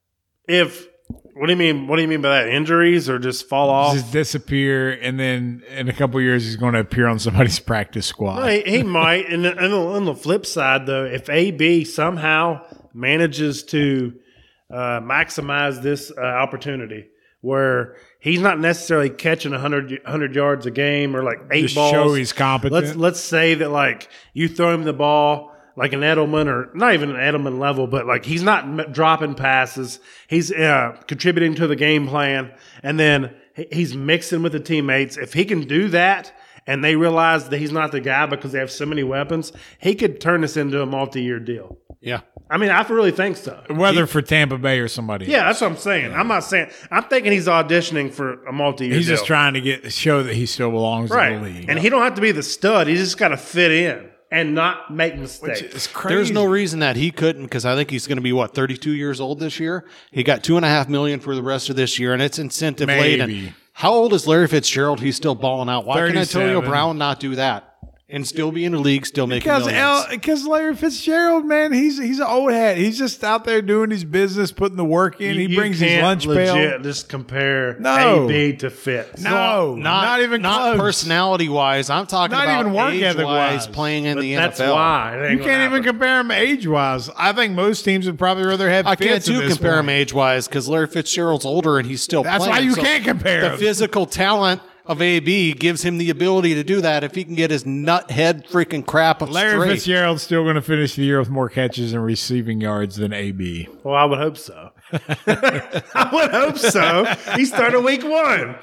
S2: if What do you mean? What do you mean by that? Injuries or just fall off?
S1: Just disappear, and then in a couple years, he's going to appear on somebody's practice squad.
S2: Well, he, he might. And then- and on the flip side, though, if AB somehow manages to uh, maximize this uh, opportunity where he's not necessarily catching 100, y- 100 yards a game or like eight
S1: Just
S2: balls.
S1: show he's competent.
S2: Let's, let's say that like you throw him the ball like an Edelman or not even an Edelman level, but like he's not m- dropping passes. He's uh, contributing to the game plan, and then he- he's mixing with the teammates. If he can do that, and they realize that he's not the guy because they have so many weapons, he could turn this into a multi-year deal.
S3: Yeah.
S2: I mean, I really think so.
S1: Whether for Tampa Bay or somebody.
S2: Yeah, that's what I'm saying. I'm not saying I'm thinking he's auditioning for a multi-year.
S1: He's just
S2: deal.
S1: trying to get show that he still belongs
S2: right,
S1: in the league.
S2: and he don't have to be the stud. He's just got to fit in and not make mistakes.
S1: it's crazy.
S3: There's no reason that he couldn't because I think he's going to be what 32 years old this year. He got two and a half million for the rest of this year, and it's incentive
S1: Maybe.
S3: laden. How old is Larry Fitzgerald? He's still balling out. Why can
S1: 37.
S3: Antonio Brown not do that and still be in the league, still making
S1: Because
S3: millions?
S1: L, because Larry Fitzgerald, man, he's he's an old hat. He's just out there doing his business, putting the work in. He
S2: You
S1: brings his
S2: can't
S1: lunch
S2: legit
S1: pail.
S2: Just compare
S1: No.
S2: AB to Fitz.
S1: No, not, even
S3: not
S1: close.
S3: personality wise. I'm talking
S1: Not
S3: about
S1: even work
S3: age
S1: ethic wise.
S3: wise playing in
S2: But
S3: the
S2: that's
S3: NFL.
S2: why It ain't
S1: You
S2: gonna
S1: can't even
S2: happen.
S1: compare him age wise. I think most teams would probably rather have.
S3: I can't
S1: Fitz at
S3: do
S1: this
S3: compare
S1: point.
S3: him age wise because Larry Fitzgerald's older and he's still.
S1: That's
S3: playing,
S1: why you
S3: so
S1: can't compare
S3: The
S1: him.
S3: physical talent of AB gives him the ability to do that if he can get his nut head freaking crap up
S1: Larry
S3: straight.
S1: Fitzgerald's still going to finish the year with more catches and receiving yards than AB.
S2: Well, I would hope so. I would hope so. He started week one.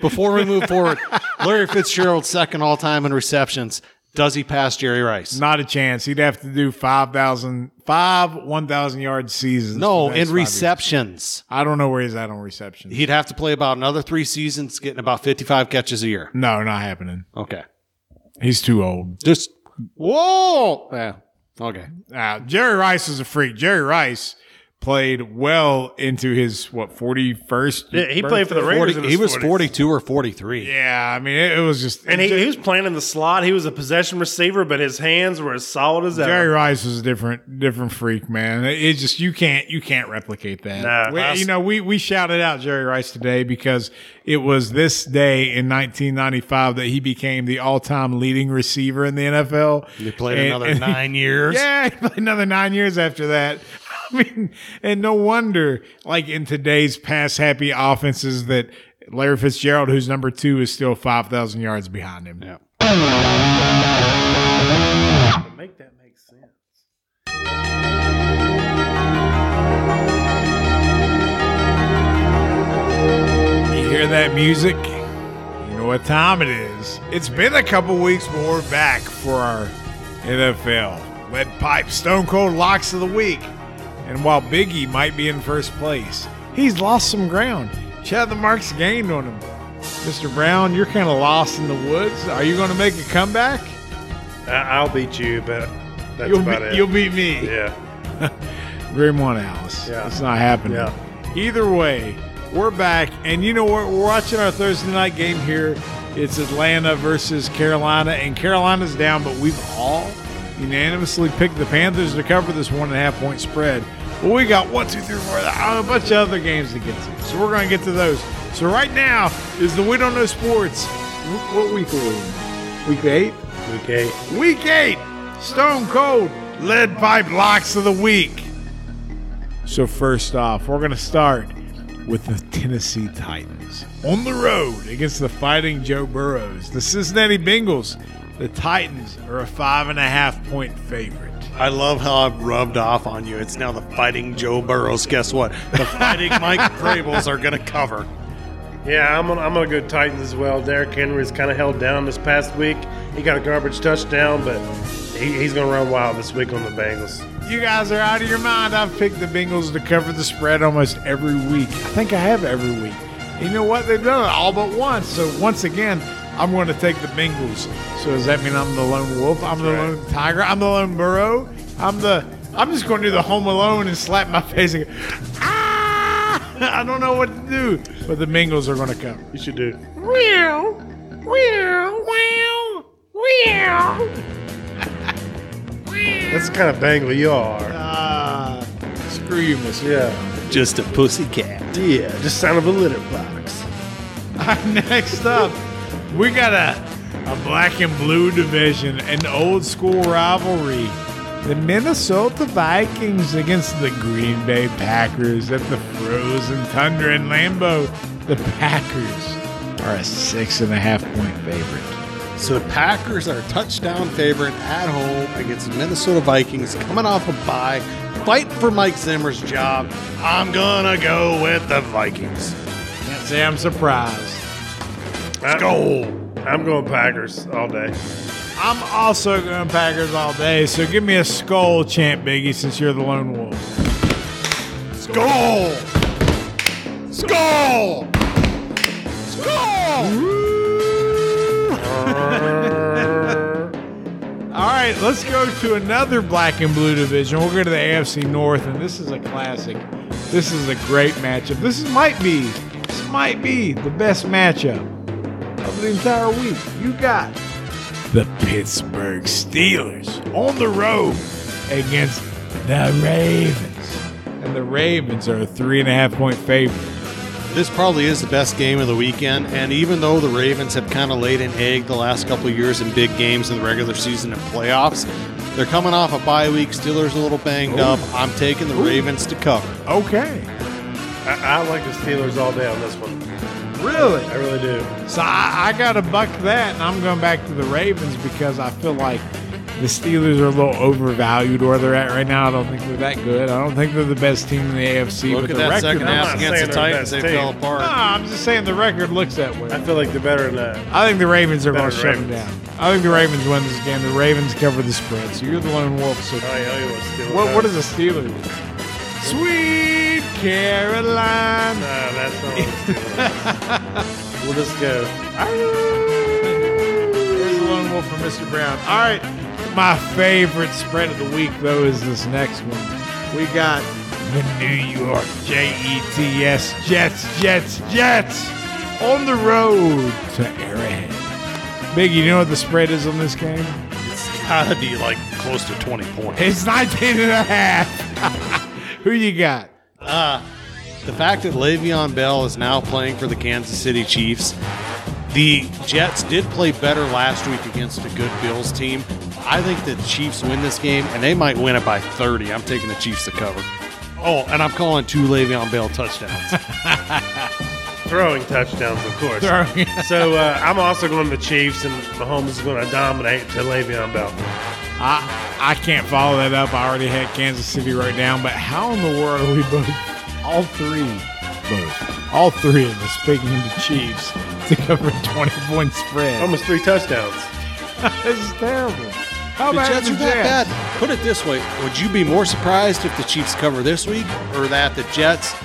S3: Before we move forward, Larry Fitzgerald's second all time in receptions. Does he pass Jerry Rice?
S1: Not a chance. He'd have to do 5,000, five 1,000 yard seasons.
S3: No,
S1: for the next
S3: in
S1: five years.
S3: receptions.
S1: I don't know where he's at on reception.
S3: He'd have to play about another three seasons, getting about 55 catches a year.
S1: no, not happening.
S3: Okay.
S1: He's too old.
S3: Just, whoa. Yeah. Okay.
S1: Uh, Jerry Rice is a freak. Jerry Rice played well into his, what, 41st?
S2: Yeah, he played for the
S1: birthday?
S2: Raiders.
S3: 40,
S2: in
S3: he
S2: his
S3: was
S2: 40s.
S3: 42 or 43.
S1: Yeah, I mean, it, it was just.
S2: And he, he was playing in the slot. He was a possession receiver, but his hands were as solid as
S1: Jerry
S2: ever.
S1: Rice was a different different freak, man. It- It's just you can't you can't replicate that.
S2: Nah.
S1: We- you know, we we shouted out Jerry Rice today because it was this day in 1995 that he became the all-time leading receiver in the NFL.
S3: He played
S1: And-
S3: another
S1: and he-
S3: nine years.
S1: Yeah, he played another nine years after that. I mean, and no wonder, like in today's pass-happy offenses, that Larry Fitzgerald, who's number two, is still 5,000 yards behind him.
S3: Yeah.
S2: Make that make sense.
S1: You hear that music? You know what time it is. It's been a couple weeks, but we're back for our NFL lead pipe stone cold locks of the week. And while Biggie might be in first place, he's lost some ground. Chad the Marks gained on him. Mr. Brown, you're kind of lost in the woods. Are you going to make a comeback?
S2: I, I'll beat you, but that's
S1: you'll,
S2: about
S1: be-
S2: it.
S1: you'll beat me.
S2: yeah.
S1: Grim one, Alice.
S2: Yeah.
S1: It's not happening.
S2: Yeah.
S1: Either way, we're back, and you know what? We're watching our Thursday night game here. It's Atlanta versus Carolina, and Carolina's down, but we've all unanimously picked the Panthers to cover this one and a half point spread. But we got one, two, three, four, a bunch of other games against it, so we're going to get to those. So right now is the We Don't Know Sports. Wh- What week are we in? Week eight.
S2: Okay.
S1: Week eight, Stone Cold Lead Pipe Locks of the Week. So, first off, we're going to start with the Tennessee Titans on the road against the fighting Joe Burrows, the Cincinnati Bengals. The Titans are a five and a half point favorite.
S3: I love how I've rubbed off on you. It's now the fighting Joe Burrows. Guess what? The fighting Mike Vrabels are going to cover.
S2: Yeah, I'm gonna, I'm gonna go Titans as well. Derrick Henry's kind of held down this past week. He got a garbage touchdown, but he, he's gonna run wild this week on the Bengals.
S1: You guys are out of your mind. I've picked the Bengals to cover the spread almost every week. I think I have every week. And you know what? They've done it all but once. So once again, I'm going to take the Bengals. So does that mean I'm the lone wolf? I'm the
S2: Right.
S1: lone tiger. I'm the lone burrow. I'm the. I'm just going to do the Home Alone and slap my face. And go, ah! I don't know what to do. But the Bengals are going to cover.
S2: You should do.
S1: Wow! Wow! Wow! Wow!
S2: That's the kind of bangler you are.
S1: Ah, screw you, Mr.
S2: Yeah.
S3: Just a pussy cat.
S2: Yeah. Just sound of a litter box.
S1: Next up, we got a, a black and blue division, an old school rivalry. The Minnesota Vikings against the Green Bay Packers at the frozen tundra in Lambeau. The Packers are a six and a half point favorite.
S3: So the Packers are a touchdown favorite at home against the Minnesota Vikings coming off a bye. Fight for Mike Zimmer's job. I'm gonna go with the Vikings.
S1: Can't say I'm surprised.
S2: Let's go. I'm going Packers all day.
S1: I'm also going Packers all day, so give me a skull chant, Biggie, since you're the lone wolf.
S3: Skull! Skull! Skull!
S1: All right, let's go to another black and blue division. We'll go to the AFC North, and this is a classic. This is a great matchup. This is, might be, this might be the best matchup of the entire week. You got the Pittsburgh Steelers on the road against the Ravens, and the Ravens are a three and a half point favorite.
S3: This probably is the best game of the weekend, and even though the Ravens have kind of laid an egg the last couple of years in big games in the regular season and playoffs, they're coming off a bye week. Steelers a little banged up. I'm taking the Ravens to cover.
S1: Okay,
S2: I, I like the Steelers all day on this one.
S1: really?
S2: I really do.
S1: So I, I got to buck that, and I'm going back to the Ravens because I feel like the Steelers are a little overvalued where they're at right now. I don't think they're that good. I don't think they're the best team in the AFC.
S3: Look
S1: but
S3: at
S1: the
S3: that
S1: record
S3: second
S2: I'm
S3: half
S2: not
S3: against
S2: saying
S3: the
S2: they're the
S3: Titans. They
S2: best
S3: fell
S2: team.
S1: No,
S3: apart.
S1: I'm just saying the record looks that way.
S2: I feel like they're better than that.
S1: I think the Ravens are going to
S2: Better
S1: shut them
S2: Ravens.
S1: down. I think the Ravens win this game. The Ravens cover the spread. So you're the lone wolf. So
S2: I owe Oh, you a Steelers.
S1: what, what is the Steelers? Sweet
S2: Nah,
S1: Carolina.
S2: that's not what the Steelers. is. we'll just go.
S1: There's the lone wolf for Mr. Brown. All right. My favorite spread of the week, though, is this next one. We got the New York J-E-T-S Jets, Jets, Jets on the road to Arrowhead. Big, you know what the spread is on this game?
S3: It's gotta be like close to 20 points.
S1: It's 19 and a half. Who you got?
S3: The fact that Le'Veon Bell is now playing for the Kansas City Chiefs, the Jets did play better last week against a good Bills team. I think the Chiefs win this game, and they might win it by 30. I'm taking the Chiefs to cover. Oh, and I'm calling two Le'Veon Bell touchdowns.
S2: Throwing touchdowns, of course.
S1: Throwing-
S2: so uh, I'm also going to the Chiefs, and Mahomes is going to dominate to Le'Veon Bell.
S1: I I can't follow that up. I already had Kansas City right down, but how in the world are we both all three both all three of us picking the Chiefs to cover a 20 point spread?
S2: Almost three touchdowns.
S1: this is terrible. How
S3: the
S1: bad
S3: Jets are
S1: the
S3: that
S1: Jets?
S3: bad. Put it this way would you be more surprised if the Chiefs cover this week or that the Jets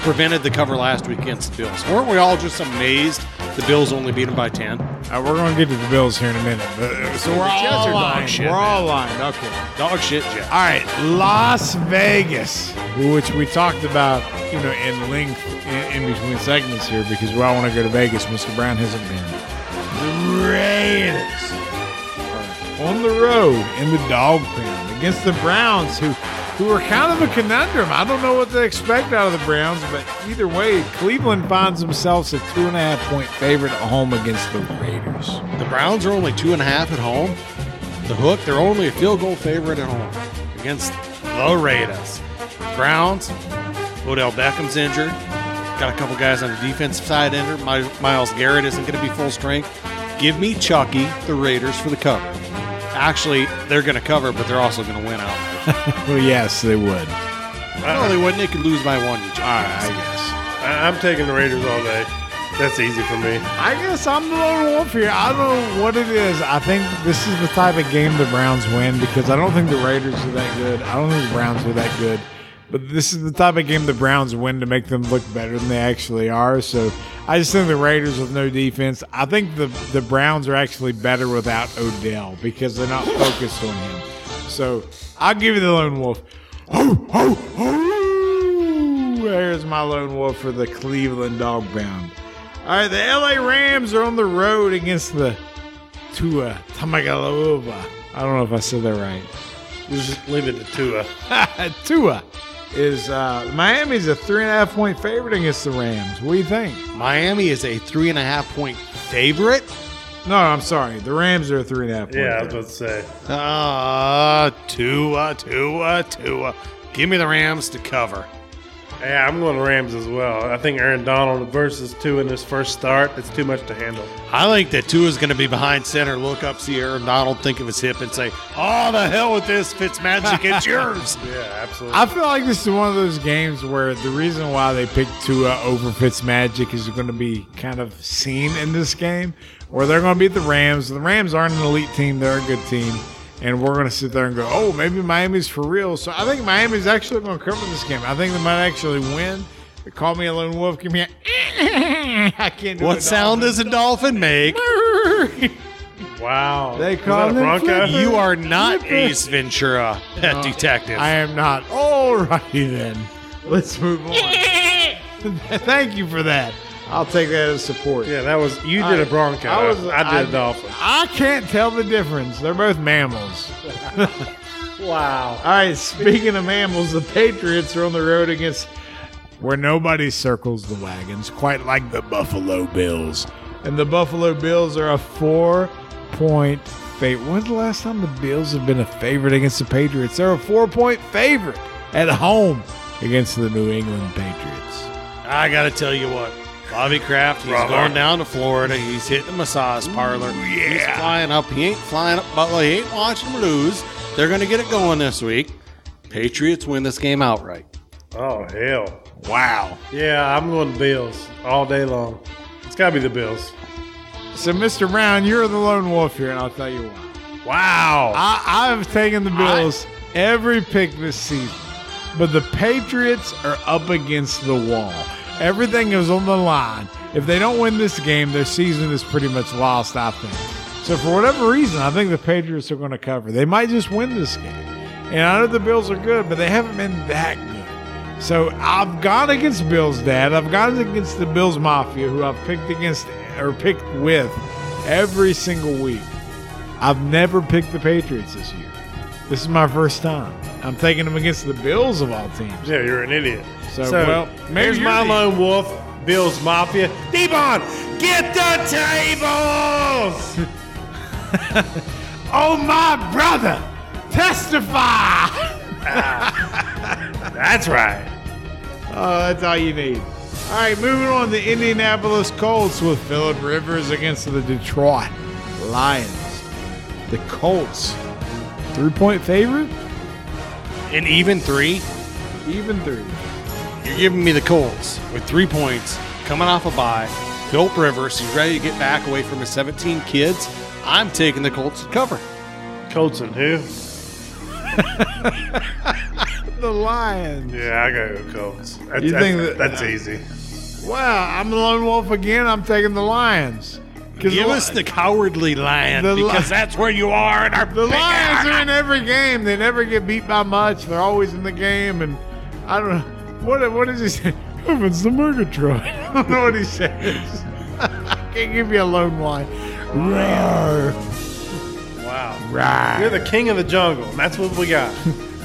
S3: prevented the cover last week against the Bills? Weren't we all just amazed the Bills only beat them by 10?
S1: Uh, we're going to get to the Bills here in a minute, but uh, so we're all
S3: Jets are dog
S1: lined.
S3: shit,
S1: we're
S3: man.
S1: all lined. Okay.
S3: Dog shit, Jets.
S1: All right, Las Vegas, which we talked about, you know, in length in, in between segments here because we all want to go to Vegas. Mr. Brown hasn't been. The Raiders are on the road in the dog pound against the Browns, who who are kind of a conundrum. I don't know what to expect out of the Browns, but either way, Cleveland finds themselves a two and a half point favorite at home against the Raiders.
S3: The Browns are only two and a half at home. The Hook, they're only a field goal favorite at home against the Raiders. Browns, Odell Beckham's injured. Got a couple guys on the defensive side injured. My, Miles Garrett isn't going to be full strength. Give me Chucky, the Raiders, for the cover. Actually, they're going to cover, but they're also going to win out.
S1: Well, yes, they would. All right,
S3: No, they wouldn't. They could lose by one. each.
S1: I guess.
S2: I- I'm taking the Raiders all day. That's easy for me.
S1: I guess I'm the lone wolf here. I don't know what it is. I think this is the type of game the Browns win because I don't think the Raiders are that good. I don't think the Browns are that good. But this is the type of game the Browns win to make them look better than they actually are. So I just think the Raiders with no defense. I think the the Browns are actually better without Odell because they're not focused on him. So I'll give you the lone wolf. Ho, ho, ho. There's my lone wolf for the Cleveland Dog Pound. All right, the LA Rams are on the road against the Tua Tagovailoa. I don't know if I said that right.
S2: We'll just leave it to Tua.
S1: Tua is uh, Miami's a three and a half point favorite against the Rams. What do you think?
S3: Miami is a three and a half point favorite.
S1: No, I'm sorry. The Rams are a three and a half point.
S2: Yeah, I was
S1: favorite.
S2: about to say.
S3: Uh, Tua, Tua, Tua. Give me the Rams to cover.
S2: Yeah, I'm going Rams as well. I think Aaron Donald versus two in his first start. It's too much to handle.
S3: I think that Tua's going to be behind center, look up, see Aaron Donald, think of his hip, and say, "Oh, the hell with this, Fitzmagic, it's yours."
S2: Yeah, absolutely.
S1: I feel like this is one of those games where the reason why they picked Tua over Fitzmagic is going to be kind of seen in this game, where they're going to beat the Rams. The Rams aren't an elite team; they're a good team, and we're going to sit there and go, "Oh, maybe Miami's for real." So I think Miami's actually going to cover this game. I think they might actually win. Call me a lone wolf. Give me a. I can't do
S3: What
S1: it
S3: sound does a dolphin make?
S2: wow.
S1: They
S2: Was
S1: call
S2: that a
S1: him
S2: Bronco?
S1: Flipper.
S3: You are not Ace Ventura, pet detective.
S1: I am not. Alrighty then. Let's move on. Thank you for that. I'll take that as support.
S2: Yeah, that was you did a Bronco. I, did a dolphin.
S1: I can't tell the difference. They're both mammals.
S2: Wow.
S1: All right, speaking of mammals, the Patriots are on the road against where nobody circles the wagons, quite like the Buffalo Bills. And the Buffalo Bills are a four point favorite. When's the last time the Bills have been a favorite against the Patriots? They're a four point favorite at home against the New England Patriots.
S3: I got to tell you what. Bobby Kraft, he's
S2: Brother.
S3: going down to Florida. He's hitting the massage parlor. He's flying up. He ain't flying up, but he ain't watching them lose. They're going to get it going this week. Patriots win this game outright.
S2: Oh hell.
S3: Wow.
S2: Yeah, I'm going Bills all day long. It's got to be the Bills.
S1: So, Mr. Brown, you're the lone wolf here, and I'll tell you why.
S3: Wow.
S1: I, I've taken the Bills every pick this season, but the Patriots are up against the wall. Everything is on the line. If they don't win this game, their season is pretty much lost, I think. So, for whatever reason, I think the Patriots are going to cover. They might just win this game. And I know the Bills are good, but they haven't been that good. So, I've gone against Bills Dad. I've gone against the Bills Mafia, who I've picked against or picked with every single week. I've never picked the Patriots this year. This is my first time. I'm taking them against the Bills of all teams.
S2: Yeah, you're an idiot.
S1: So, well, maybe
S2: here's
S1: you're
S2: my
S1: the-
S2: lone wolf, Bills Mafia. Devon, get the tables.
S1: Oh, my brother, testify!
S2: That's right.
S1: Oh, that's all you need. All right, moving on to Indianapolis Colts with Philip Rivers against the Detroit Lions. The Colts, three point favorite,
S3: And even three.
S1: even three.
S3: You're giving me the Colts with three points, coming off a bye. Philip Rivers, he's ready to get back away from his 17 kids. I'm taking the Colts to cover.
S2: Colts and who?
S1: The Lions.
S2: Yeah, I gotta go Colts. That's,
S1: You think
S2: that's-
S1: that-
S2: that's easy?
S1: Wow, I'm the lone wolf again. I'm taking the Lions. 'Cause
S3: Give
S1: Li-
S3: us the cowardly lion
S1: The li-
S3: because that's where you are in our
S1: The Lions are in every game. They never get beat by much. They're always in the game, and I don't know what what does he say. Heavens the Murgatroyd. I don't know what he says. I can't give you a lone line. Roar,
S2: Wow.
S1: roar.
S2: You're the king of the jungle, and that's what we got.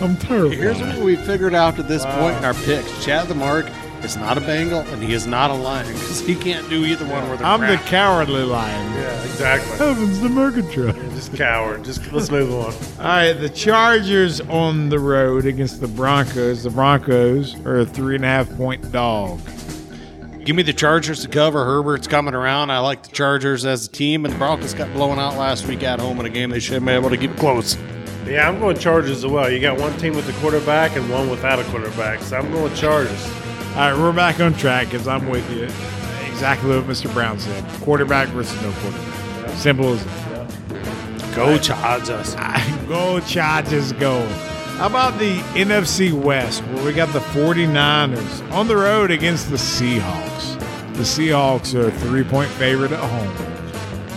S1: I'm terrible.
S3: Here's what we figured out to this point in our picks. Chad the Mark is not a Bengal and he is not a lion because he can't do either one with a
S1: I'm the
S3: crap.
S1: cowardly lion.
S2: yeah, exactly.
S1: Heavens the Murgatroyd.
S2: Just coward. Just let's move on.
S1: All right, the Chargers on the road against the Broncos. The Broncos are a three and a half point dog.
S3: Give me the Chargers to cover. Herbert's coming around. I like the Chargers as a team, and the Broncos got blown out last week at home in a game they should have been able to keep close.
S2: Yeah, I'm going Chargers as well. You got one team with a quarterback and one without a quarterback, so I'm going Chargers.
S1: All right, we're back on track because I'm with you. Exactly what Mr. Brown said: quarterback versus no quarterback. Simple as that.
S3: Go Chargers.
S1: go Chargers, go. How about the NFC West, where we got the 49ers on the road against the Seahawks? The Seahawks are a three-point favorite at home.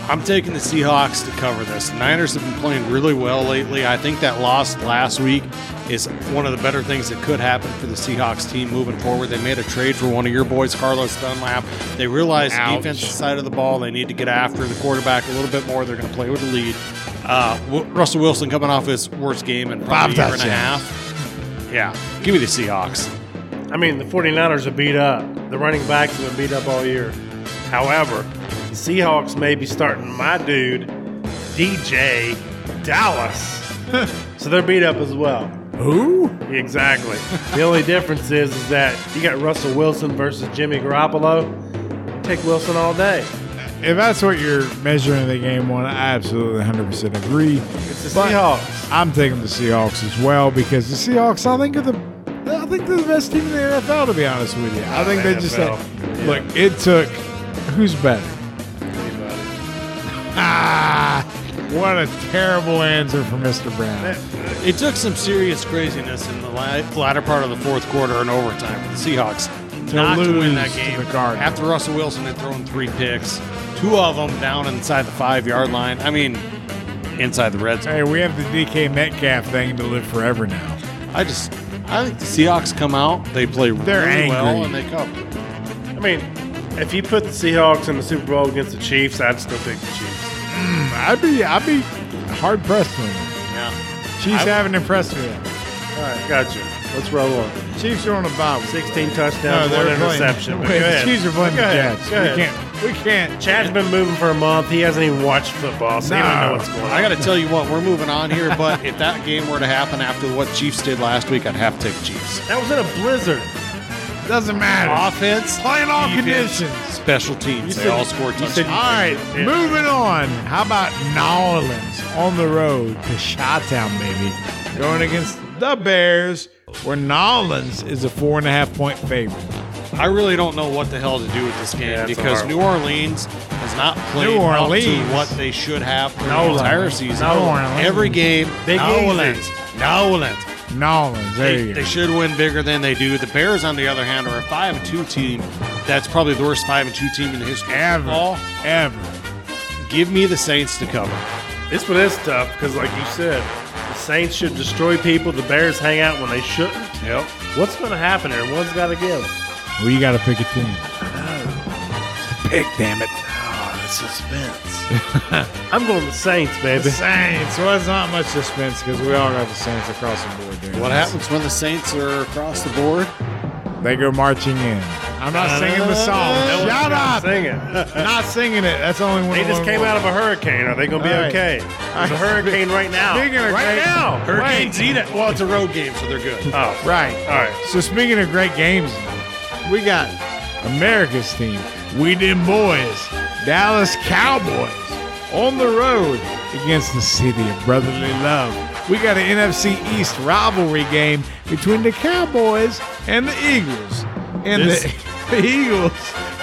S3: I'm taking the Seahawks to cover this. Niners have been playing really well lately. I think that loss last week is one of the better things that could happen for the Seahawks team moving forward. They made a trade for one of your boys, Carlos Dunlap. They realize the
S1: Ouch.
S3: defensive side of the ball, they need to get after the quarterback a little bit more. They're going to play with a lead. Uh, w- Russell Wilson coming off his worst game in
S1: Five
S3: probably a year and a
S1: touchdowns.
S3: half. Yeah, give me the Seahawks.
S2: I mean, the 49ers are beat up. The running backs have been beat up all year. However, the Seahawks may be starting my dude, DJ Dallas. so they're beat up as well.
S1: Who?
S2: Exactly. the only difference is, is that you got Russell Wilson versus Jimmy Garoppolo. Take Wilson all day.
S1: If that's what you're measuring the game on, I absolutely 100% agree.
S2: It's the
S1: But
S2: Seahawks.
S1: I'm taking the Seahawks as well because the Seahawks, I think, are the I think they're the best team in the NFL. To be honest with you, I think they just
S2: NFL.
S1: look. It took who's better? Ah, what a terrible answer for Mr. Brown.
S3: It took some serious craziness in the la- latter part of the fourth quarter and overtime for the Seahawks
S1: To
S3: not to
S1: lose
S3: win that
S1: to
S3: game.
S1: the Cardinals.
S3: After Russell Wilson had thrown three picks, two of them down inside the five yard line. I mean, inside the red zone.
S1: Hey, we have the DK Metcalf thing to live forever now.
S3: I just, I think the Seahawks come out, they play
S1: They're
S3: really well, and
S1: angry.
S3: they cover.
S2: I mean, if you put the Seahawks in the Super Bowl against the Chiefs, I'd still pick the Chiefs.
S1: I'd be I'd be hard pressed on them.
S3: Yeah.
S1: Chiefs
S3: I-
S1: haven't impressed me. yet.
S2: All right, gotcha. Let's roll on.
S1: Chiefs are on a bye. week.
S2: 16 touchdowns, one
S1: playing-
S2: interception. But
S1: Wait,
S2: go
S1: the
S2: ahead.
S1: Chiefs are playing the
S2: Go ahead.
S1: Jets.
S2: Go ahead.
S1: We can't. We can't.
S2: Chad's been moving for a month. He hasn't even watched football, so he don't know
S1: No.
S2: what's going on.
S3: I got to tell you what, we're moving on here, but if that game were to happen after what Chiefs did last week, I'd have to take Chiefs.
S2: that was in a blizzard.
S1: Doesn't matter.
S3: Offense,
S1: Playing all
S3: defense,
S1: conditions.
S3: special teams, they
S2: said-
S3: all score
S2: you said-
S3: touchdowns.
S1: All right,
S2: Yeah.
S1: moving on. How about New Orleans on the road to Chi-Town, baby? Going against the Bears, where New Orleans is a four and a half point favorite.
S3: I really don't know what the hell to do with this game
S2: Yeah, it's
S3: because
S2: hard.
S3: New Orleans has not played
S1: New
S3: up
S1: Orleans.
S3: to what they should have for the
S1: Orleans.
S3: entire season.
S1: New Orleans.
S3: Every game,
S2: Big
S3: New
S2: easy.
S3: Orleans. New Orleans.
S1: New Orleans, there
S3: They,
S1: you
S3: they
S1: go.
S3: should win bigger than they do. The Bears, on the other hand, are a five and two team. That's probably the worst five and two team in the history of
S1: Ever,
S3: football.
S1: ever.
S3: Give me the Saints to cover.
S2: This one is tough because, like you said, the Saints should destroy people. The Bears hang out when they shouldn't.
S3: Yep.
S2: What's going to happen here? One's got to give.
S1: Well, you got to pick a team. Pick, damn it.
S2: Oh, the suspense. I'm going the Saints, baby.
S1: The Saints. Well, it's not much suspense because we all got the Saints across the board. Dude.
S3: What happens when the Saints are across the board?
S1: They go marching in. I'm not singing the song.
S3: No
S2: one's
S1: Shut
S2: gonna
S1: up.
S2: Sing it.
S1: Not singing it. That's the only one.
S2: They just
S1: one-
S2: came
S1: one.
S2: out of a hurricane. Are they going to be
S1: All right.
S2: okay? There's a hurricane right now.
S1: Speaking of
S2: right
S1: great-
S2: now.
S3: Hurricanes eat it. Well, it's a road game, so they're good.
S1: Uh,
S2: Oh, right.
S1: Right.
S2: All right.
S1: So speaking of great games, we got America's team, we them boys, Dallas Cowboys, on the road against the city of brotherly love. We got an NFC East rivalry game between the Cowboys and the Eagles, and
S3: This-
S1: the, the Eagles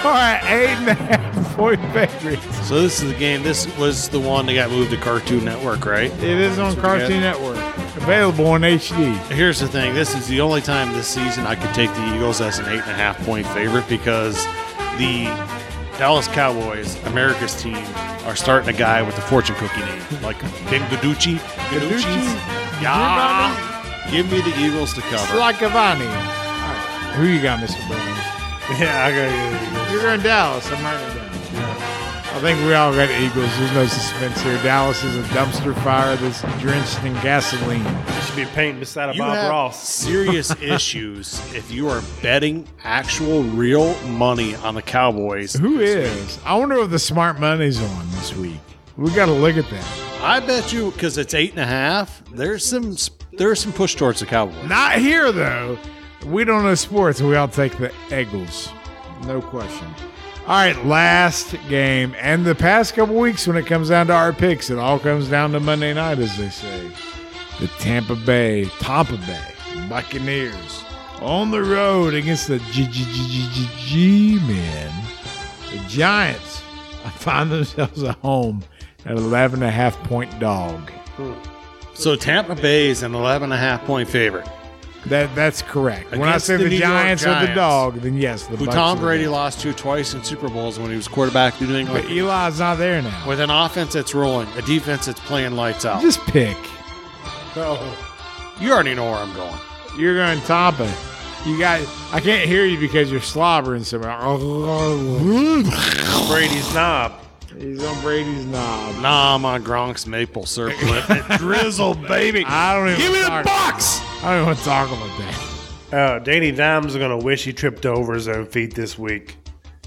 S1: are an eight and a half point favorites.
S3: So this is the game. This was the one that got moved to Cartoon Network, right?
S1: It is on
S3: what we
S1: Cartoon Network, available on HD.
S3: Here's the thing. This is the only time this season I could take the Eagles as an eight and a half point favorite because the Dallas Cowboys, America's team, are starting a guy with a fortune cookie name, like Big Gaducci.
S1: Gaducci?
S3: Yeah. Give me the Eagles to cover.
S1: Slakavani. Who you got, Mr. Brown?
S2: Yeah, I got to
S1: You're going Dallas. I'm writing it down. I think we all got Eagles. There's no suspense here. Dallas is a dumpster fire that's drenched in gasoline.
S2: You should be painting beside a
S3: You
S2: Bob
S3: have
S2: Ross.
S3: serious issues if you are betting actual real money on the Cowboys.
S1: Who is? I wonder if the smart money's on this week. We got to look at that.
S3: I bet you because it's eight and a half. There's some there's some push towards the Cowboys.
S1: Not here though. We don't know sports. We all take the Eagles. No question. All right, last game. And the past couple weeks, when it comes down to our picks, it all comes down to Monday night, as they say. the Tampa Bay, Tampa Bay Buccaneers on the road against the G G G G G G men. The Giants find themselves at home at 11 and a half point dog.
S3: So Tampa Bay is an 11 and a half point favorite.
S1: That that's correct. when I
S3: Against
S1: say
S3: the
S1: the,
S3: New York
S1: Giants, are the
S3: Giants.
S1: dog, then yes, the
S3: Who
S1: Bucs
S3: Tom
S1: are the
S3: Brady
S1: dog.
S3: lost to twice in Super Bowls when he was quarterback to New
S1: But
S3: England.
S1: Eli's not there now.
S3: With an offense that's rolling, a defense that's playing lights out.
S1: Just pick.
S3: You already know where I'm going.
S1: You're going Tampa. You got. I can't hear you because you're slobbering somewhere.
S2: Brady's knob.
S1: He's on Brady's knob.
S3: Nah, my Gronk's maple syrup lip. Drizzle, baby.
S1: I don't even
S3: Give me the
S1: talk-
S3: box.
S1: I don't even want to talk about that.
S2: Oh, Danny Dimes is gonna wish he tripped over his own feet this week.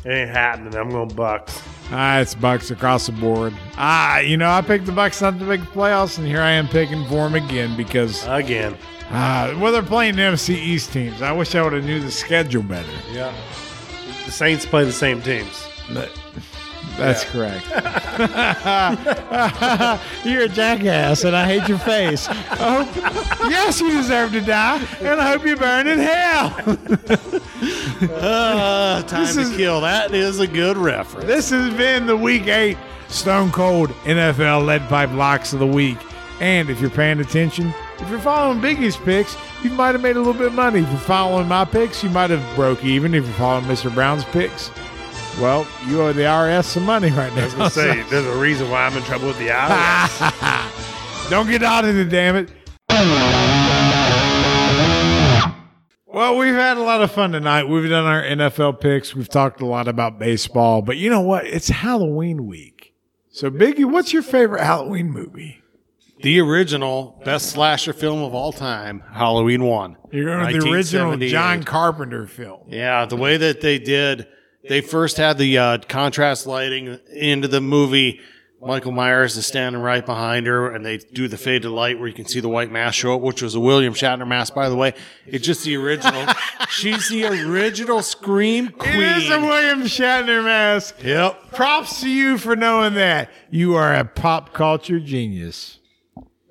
S2: It ain't happening. I'm going Bucks.
S1: Ah, it's Bucks across the board. Ah, you know, I picked the Bucks not to make the playoffs, and here I am picking for them again because
S2: Again.
S1: ah, well, they're playing the NFC East teams. I wish I would have knew the schedule better.
S2: Yeah. The Saints play the same teams.
S1: That's correct. You're a jackass, and I hate your face. I hope, yes, you deserve to die, and I hope you burn in hell.
S3: Uh, time
S1: This
S3: to
S1: is-
S3: kill. That is a good reference.
S1: This has been the Week 8 Stone Cold NFL Lead Pipe Locks of the Week. And if you're paying attention, if you're following Biggie's picks, you might have made a little bit of money. If you're following my picks, you might have broke even. If you're following Mr. Brown's picks, well, you owe the IRS some money right now.
S2: I was gonna say there's a reason why I'm in trouble with the IRS.
S1: Don't get audited, damn it. Well, we've had a lot of fun tonight. We've done our NFL picks. We've talked a lot about baseball, but you know what? It's Halloween week. So, Biggie, what's your favorite Halloween movie?
S3: The original best slasher film of all time, Halloween 1.
S1: You're going to the original
S3: 1978.
S1: John Carpenter film.
S3: Yeah, the way that they did, they first had the uh, contrast lighting into the movie. Michael Myers is standing right behind her, and they do the fade to light where you can see the white mask show up, which was a William Shatner mask, by the way. It's just the original. She's the original Scream Queen.
S1: It is a William Shatner mask.
S3: yep.
S1: Props to you for knowing that. You are a pop culture genius.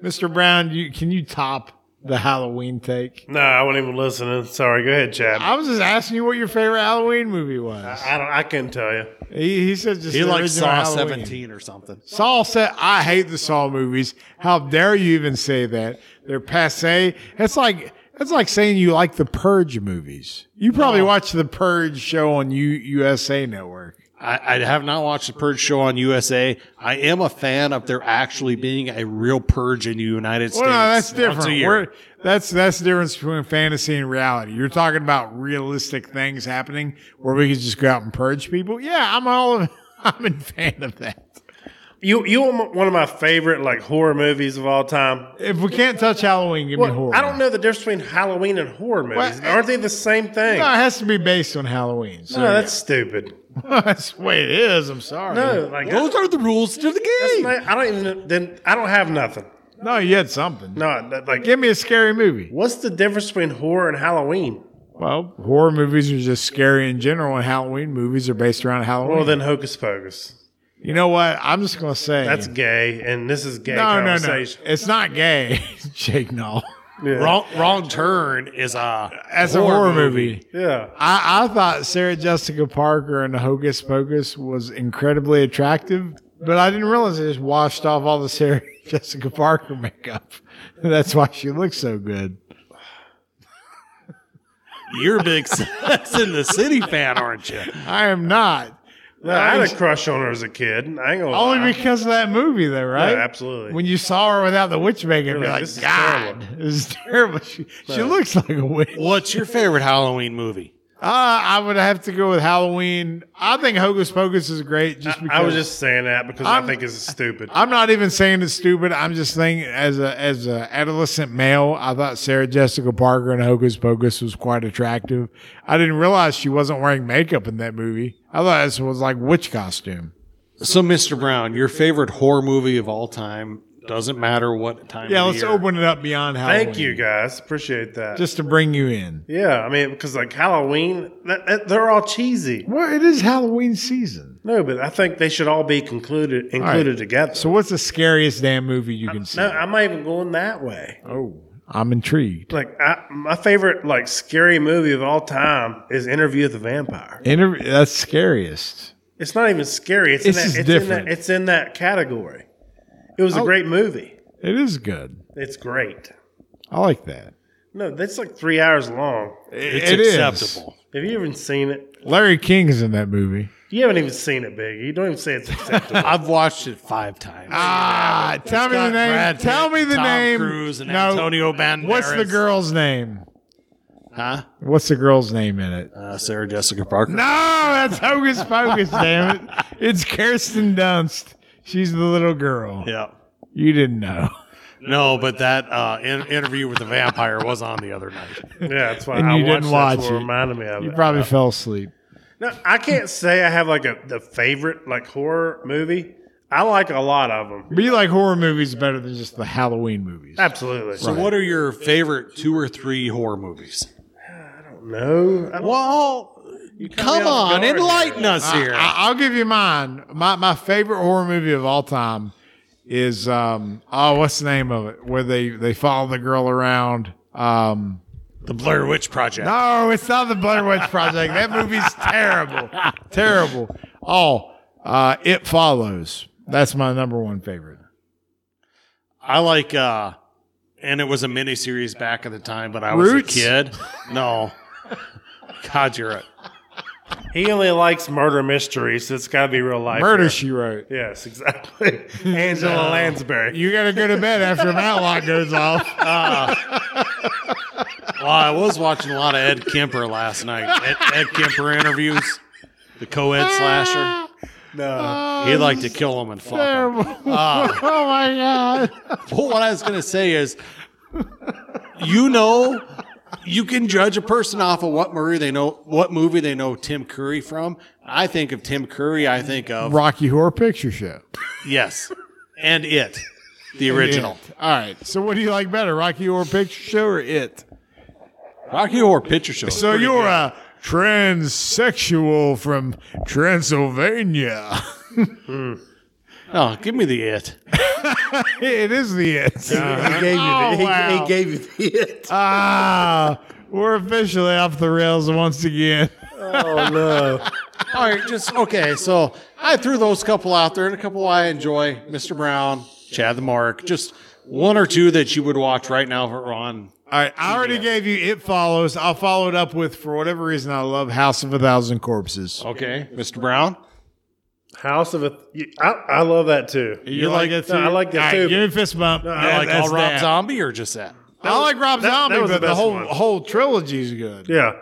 S1: Mr. Brown, you, can you top the Halloween take?
S2: no, I wasn't even listening. Sorry. Go ahead, Chad.
S1: I
S2: I,
S1: was just asking you what your favorite Halloween movie was.
S2: don't. I couldn't tell you.
S1: He, he said just
S3: He
S1: the
S3: like
S1: original
S3: Saw
S1: Halloween.
S3: 17 or something.
S1: Saw said, "I hate the Saw movies. How dare you even say that? They're passe. That's like that's like saying you like the Purge movies. You
S3: Oh.
S1: probably watch the Purge show on U- USA Network.
S3: I, I have not watched the Purge show on USA. I am a fan of there actually being a real purge in the United States.
S1: Well, no, that's
S3: once a
S1: different.
S3: year.
S1: We're, that's that's the difference between fantasy and reality. You're talking about realistic things happening where we could just go out and purge people. Yeah, I'm all I'm a fan of that."
S2: You you want one of my favorite like horror movies of all time.
S1: If we can't touch Halloween, give me
S2: Well,
S1: horror.
S2: I don't know the difference between Halloween and horror movies.
S1: Well,
S2: Aren't they the same thing?
S1: No, it has to be based on Halloween. So
S2: no, that's stupid.
S1: that's the way it is. I'm sorry.
S2: No, like
S3: Those are the rules to the game.
S2: I don't even. Then I don't have nothing.
S1: No, you had something.
S2: No, that- like
S1: Give me a scary movie.
S2: what's the difference between horror and Halloween?
S1: Well, horror movies are just scary in general, and Halloween movies are based around Halloween.
S2: Well, then Hocus Pocus.
S1: you know what? I'm just gonna say
S2: That's gay, and this is gay
S1: no, no, no.
S2: conversation.
S1: It's not gay, Jake. No,
S2: Yeah.
S3: Wrong, wrong turn is uh, a
S1: as a horror movie.
S2: Yeah.
S1: I, I thought Sarah Jessica Parker in Hocus Pocus was incredibly attractive, but I didn't realize they just washed off all the Sarah Jessica Parker makeup. That's why she looks so good.
S3: You're a big Sex in the City fan, aren't you?
S1: I am not.
S2: No, I had a crush on her as a kid. I ain't gonna lie.
S1: Only because of that movie, though, right?
S2: Yeah, absolutely.
S1: When you saw her without the witch makeup, you're
S2: like,
S1: like,
S2: "This is
S1: God,
S2: terrible."
S1: this is terrible. She, she looks like a witch.
S3: What's your favorite Halloween movie?
S1: Uh, I would have to go with Halloween. I think Hocus Pocus is great just because.
S2: I was just saying that because i
S1: I'm-
S2: think it's stupid.
S1: I'm not even saying it's stupid. I'm just saying as a as a adolescent male, I thought Sarah Jessica Parker in Hocus Pocus was quite attractive. I didn't realize she wasn't wearing makeup in that movie. I thought this was like witch costume.
S3: So, Mr. Brown, your favorite horror movie of all time doesn't matter what time.
S1: Yeah,
S3: of
S1: let's
S3: the year.
S1: open it up beyond Halloween.
S2: Thank you guys, appreciate that.
S1: Just to bring you in.
S2: yeah, I mean because like Halloween, that, that- they're all cheesy.
S1: Well, it is Halloween season.
S2: No, but I think they should all be concluded included together.
S1: So what's the scariest damn movie you can see?
S2: no, I'm not even going that way.
S1: oh, I'm intrigued.
S2: Like I, my favorite like scary movie of all time is Interview with the Vampire.
S1: Inter- that's scariest.
S2: It's not even scary. It's
S1: This
S2: in
S1: is
S2: that, it's In
S1: different.
S2: that, it's in that category. It was a
S1: Oh.
S2: great movie.
S1: It is good.
S2: It's great.
S1: I like that.
S2: No, that's like three hours long.
S3: It's
S1: It is.
S3: acceptable.
S2: Have you even seen it?
S1: Larry King is in that movie.
S2: You haven't even seen it, Big. You don't even say it's acceptable.
S3: I've watched it five times.
S1: Ah, tell me the
S3: Got
S1: name.
S3: Brad Pitt,
S1: tell me the
S3: Tom
S1: name.
S3: Cruise and Antonio Banderas.
S1: What's the girl's name?
S3: Huh?
S1: What's the girl's name in it?
S3: Uh, Sarah Jessica Parker.
S1: No, that's Hocus Pocus, damn it. It's Kirsten Dunst. She's the little girl.
S3: Yeah.
S1: You didn't know.
S3: No, but that uh, in- interview with the vampire was on the other night.
S2: Yeah, that's why
S1: And
S2: I
S1: you
S2: watched.
S1: didn't
S2: that's
S1: watch
S2: what
S1: it.
S2: Reminded me of
S1: You
S2: it.
S1: probably fell asleep.
S2: No, I can't say I have like a the favorite like horror movie. I like a lot of them.
S1: But you like horror movies better than just the Halloween movies.
S2: Absolutely.
S3: So, what are your favorite two or three horror movies?
S2: No. I don't-
S3: Well,
S2: me
S3: come
S2: off
S3: on, Ah,
S2: guard
S3: enlighten us here.
S1: I, I'll give you mine. My my favorite horror movie of all time is um oh what's the name of it where they they follow the girl around um
S3: the Blair Witch Project.
S1: no Oh, it's not the Blair Witch Project that movie's terrible terrible oh uh it follows that's my number one favorite
S3: I like, uh, and it was a mini series back at the time, but I was
S1: Roots?
S3: a kid. No, God, you're a
S2: He only likes murder mysteries, so it's got to be real life.
S1: Murder
S2: here.
S1: She Wrote
S2: Yes, exactly. Angela Lansbury.
S1: you gotta go to bed after that light goes off
S3: Well, I was watching a lot of Ed Kemper last night. Ed, Ed Kemper interviews the co-ed slasher.
S2: No.
S3: He liked to kill him and fuck him.
S1: terrible
S4: Ah.
S1: oh my god
S3: But what I was going to say is, you know, you can judge a person off of what movie they know, what movie they know Tim Curry from. I think of Tim Curry. I think of
S1: Rocky Horror Picture Show.
S3: yes, and it, the original
S1: It. All right. So what do you like better, Rocky Horror Picture Show or It?
S3: Rocky Horror Picture Show.
S1: So you're a transsexual from Transylvania.
S3: oh, give me the it.
S1: it is the It. Oh,
S4: He gave you
S2: Oh,
S4: the, he-
S1: wow.
S4: he gave you the it.
S1: Ah, we're officially off the rails once again.
S4: Oh no!
S3: All right, just okay. So I threw those couple out there, and a couple I enjoy: Mr. Brown, Chad the Mark. Just one or two that you would watch right now for on.
S1: All right, I already gave you It Follows. I'll follow it up with, for whatever reason, I love House of a Thousand Corpses.
S3: Okay, Mr. Brown.
S2: House of a. you- I, I love that too.
S1: You, like, it too?
S2: No, I like that
S1: All right,
S2: too.
S1: Give me a fist bump.
S2: I
S1: Yeah,
S2: like
S1: that's
S3: All Rob
S1: that.
S3: Zombie or just that?
S1: I like Rob
S2: that
S1: Zombie,
S2: was the
S1: but the,
S2: best
S1: whole
S2: one.
S1: whole trilogy's good.
S2: Yeah.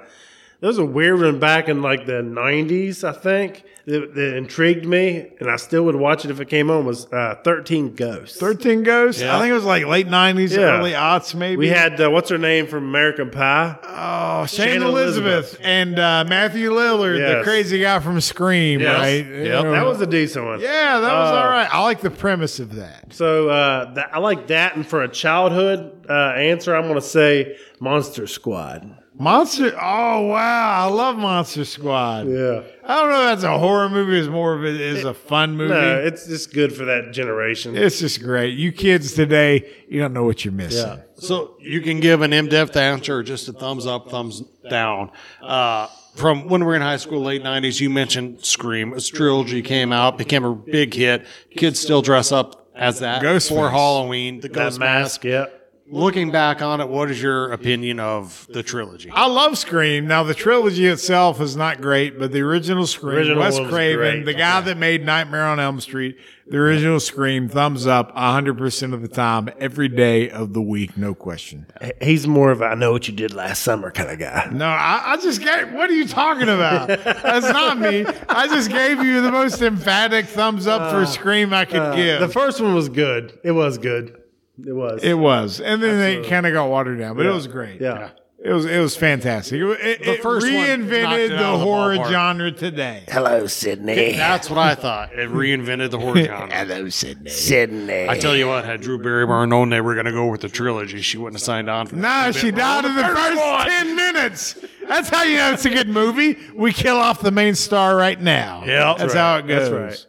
S2: There was a weird one back in like the 90s, I think, that, that intrigued me, and I still would watch it if it came on, was uh, 13 Ghosts.
S1: 13 Ghosts. I think it was like late 90s,
S2: Yeah.
S1: early aughts, maybe.
S2: we had, uh, what's her name from American Pie?
S1: oh, Shane,
S2: Shane
S1: Elizabeth,
S2: Elizabeth.
S1: and uh, Matthew Lillard, the
S2: Yes.
S1: crazy guy from Scream,
S2: Yes.
S1: right?
S3: Yep.
S1: Yeah.
S2: That was a decent one.
S1: yeah, that was
S2: Uh,
S1: all right. I like the premise of that.
S2: So uh, that, I like that. And for a childhood uh, answer, I'm going to say Monster Squad.
S1: Monster. Oh, wow. I love Monster Squad.
S2: Yeah.
S1: I don't know if that's a horror movie. It's more of it is a fun movie.
S2: No, Uh, it's just good for that generation.
S1: it's just great. You kids today, you don't know what you're missing.
S2: Yeah.
S3: So you can give an in-depth answer, or just a thumbs up, thumbs down. Uh, from when we were in high school, late '90s, you mentioned Scream. Its trilogy came out, became a big hit. Kids still dress up as that
S1: Ghostface.
S3: for Halloween. The
S2: that
S3: ghost
S2: mask, yeah.
S3: looking back on it, what is your opinion of the trilogy?
S1: I love Scream. Now the trilogy itself is not great, but the original Scream,
S2: Original
S1: Wes
S2: one was
S1: Craven,
S2: great.
S1: the guy that made Nightmare on Elm Street, the original Scream, thumbs up, hundred percent of the time, every day of the week, no question.
S2: He's more of a I know what you did last summer kind of guy.
S1: No, I, I just gave. What are you talking about? That's not me. I just gave you the most emphatic thumbs up for Scream I could give.
S2: Uh, The first one was good. It was good. It was.
S1: it was, and then they kind of got watered down, but it was great.
S2: yeah.
S1: It was it was fantastic. It, it, it
S3: first one knocked
S1: reinvented
S3: it out
S1: the
S3: of the
S1: horror
S3: ballpark.
S1: genre today.
S4: Hello, Sydney.
S3: That's what I thought. It reinvented the horror genre.
S4: Hello, Sydney. Sydney.
S3: I tell you what, had Drew Barrymore known they were going to go with the trilogy, she wouldn't have signed on for that.
S1: No, she died in the first 10 minutes. That's how you know it's a good movie. We kill off the main star right now.
S3: Yeah,
S1: that's
S3: that's
S1: how it goes.
S2: That's right.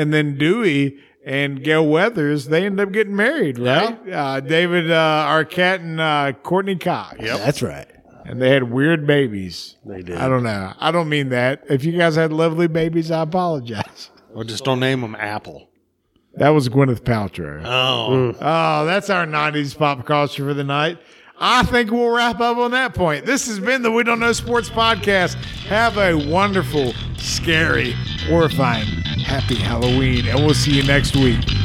S1: And then Dewey and Gail Weathers, they end up getting married, right? Uh, David uh, Arquette and uh, Courtney Cox.
S4: That's right.
S1: And they had weird babies. They
S2: did.
S1: I don't know. I don't mean that. If you guys had lovely babies, I apologize.
S3: Well, just don't name them Apple.
S1: That was Gwyneth Paltrow.
S3: Oh,
S1: Oh, that's our 90s pop culture for the night. I think we'll wrap up on that point. This has been the We Don't Know Sports Podcast. Have a wonderful, scary, horrifying, happy Halloween, and we'll see you next week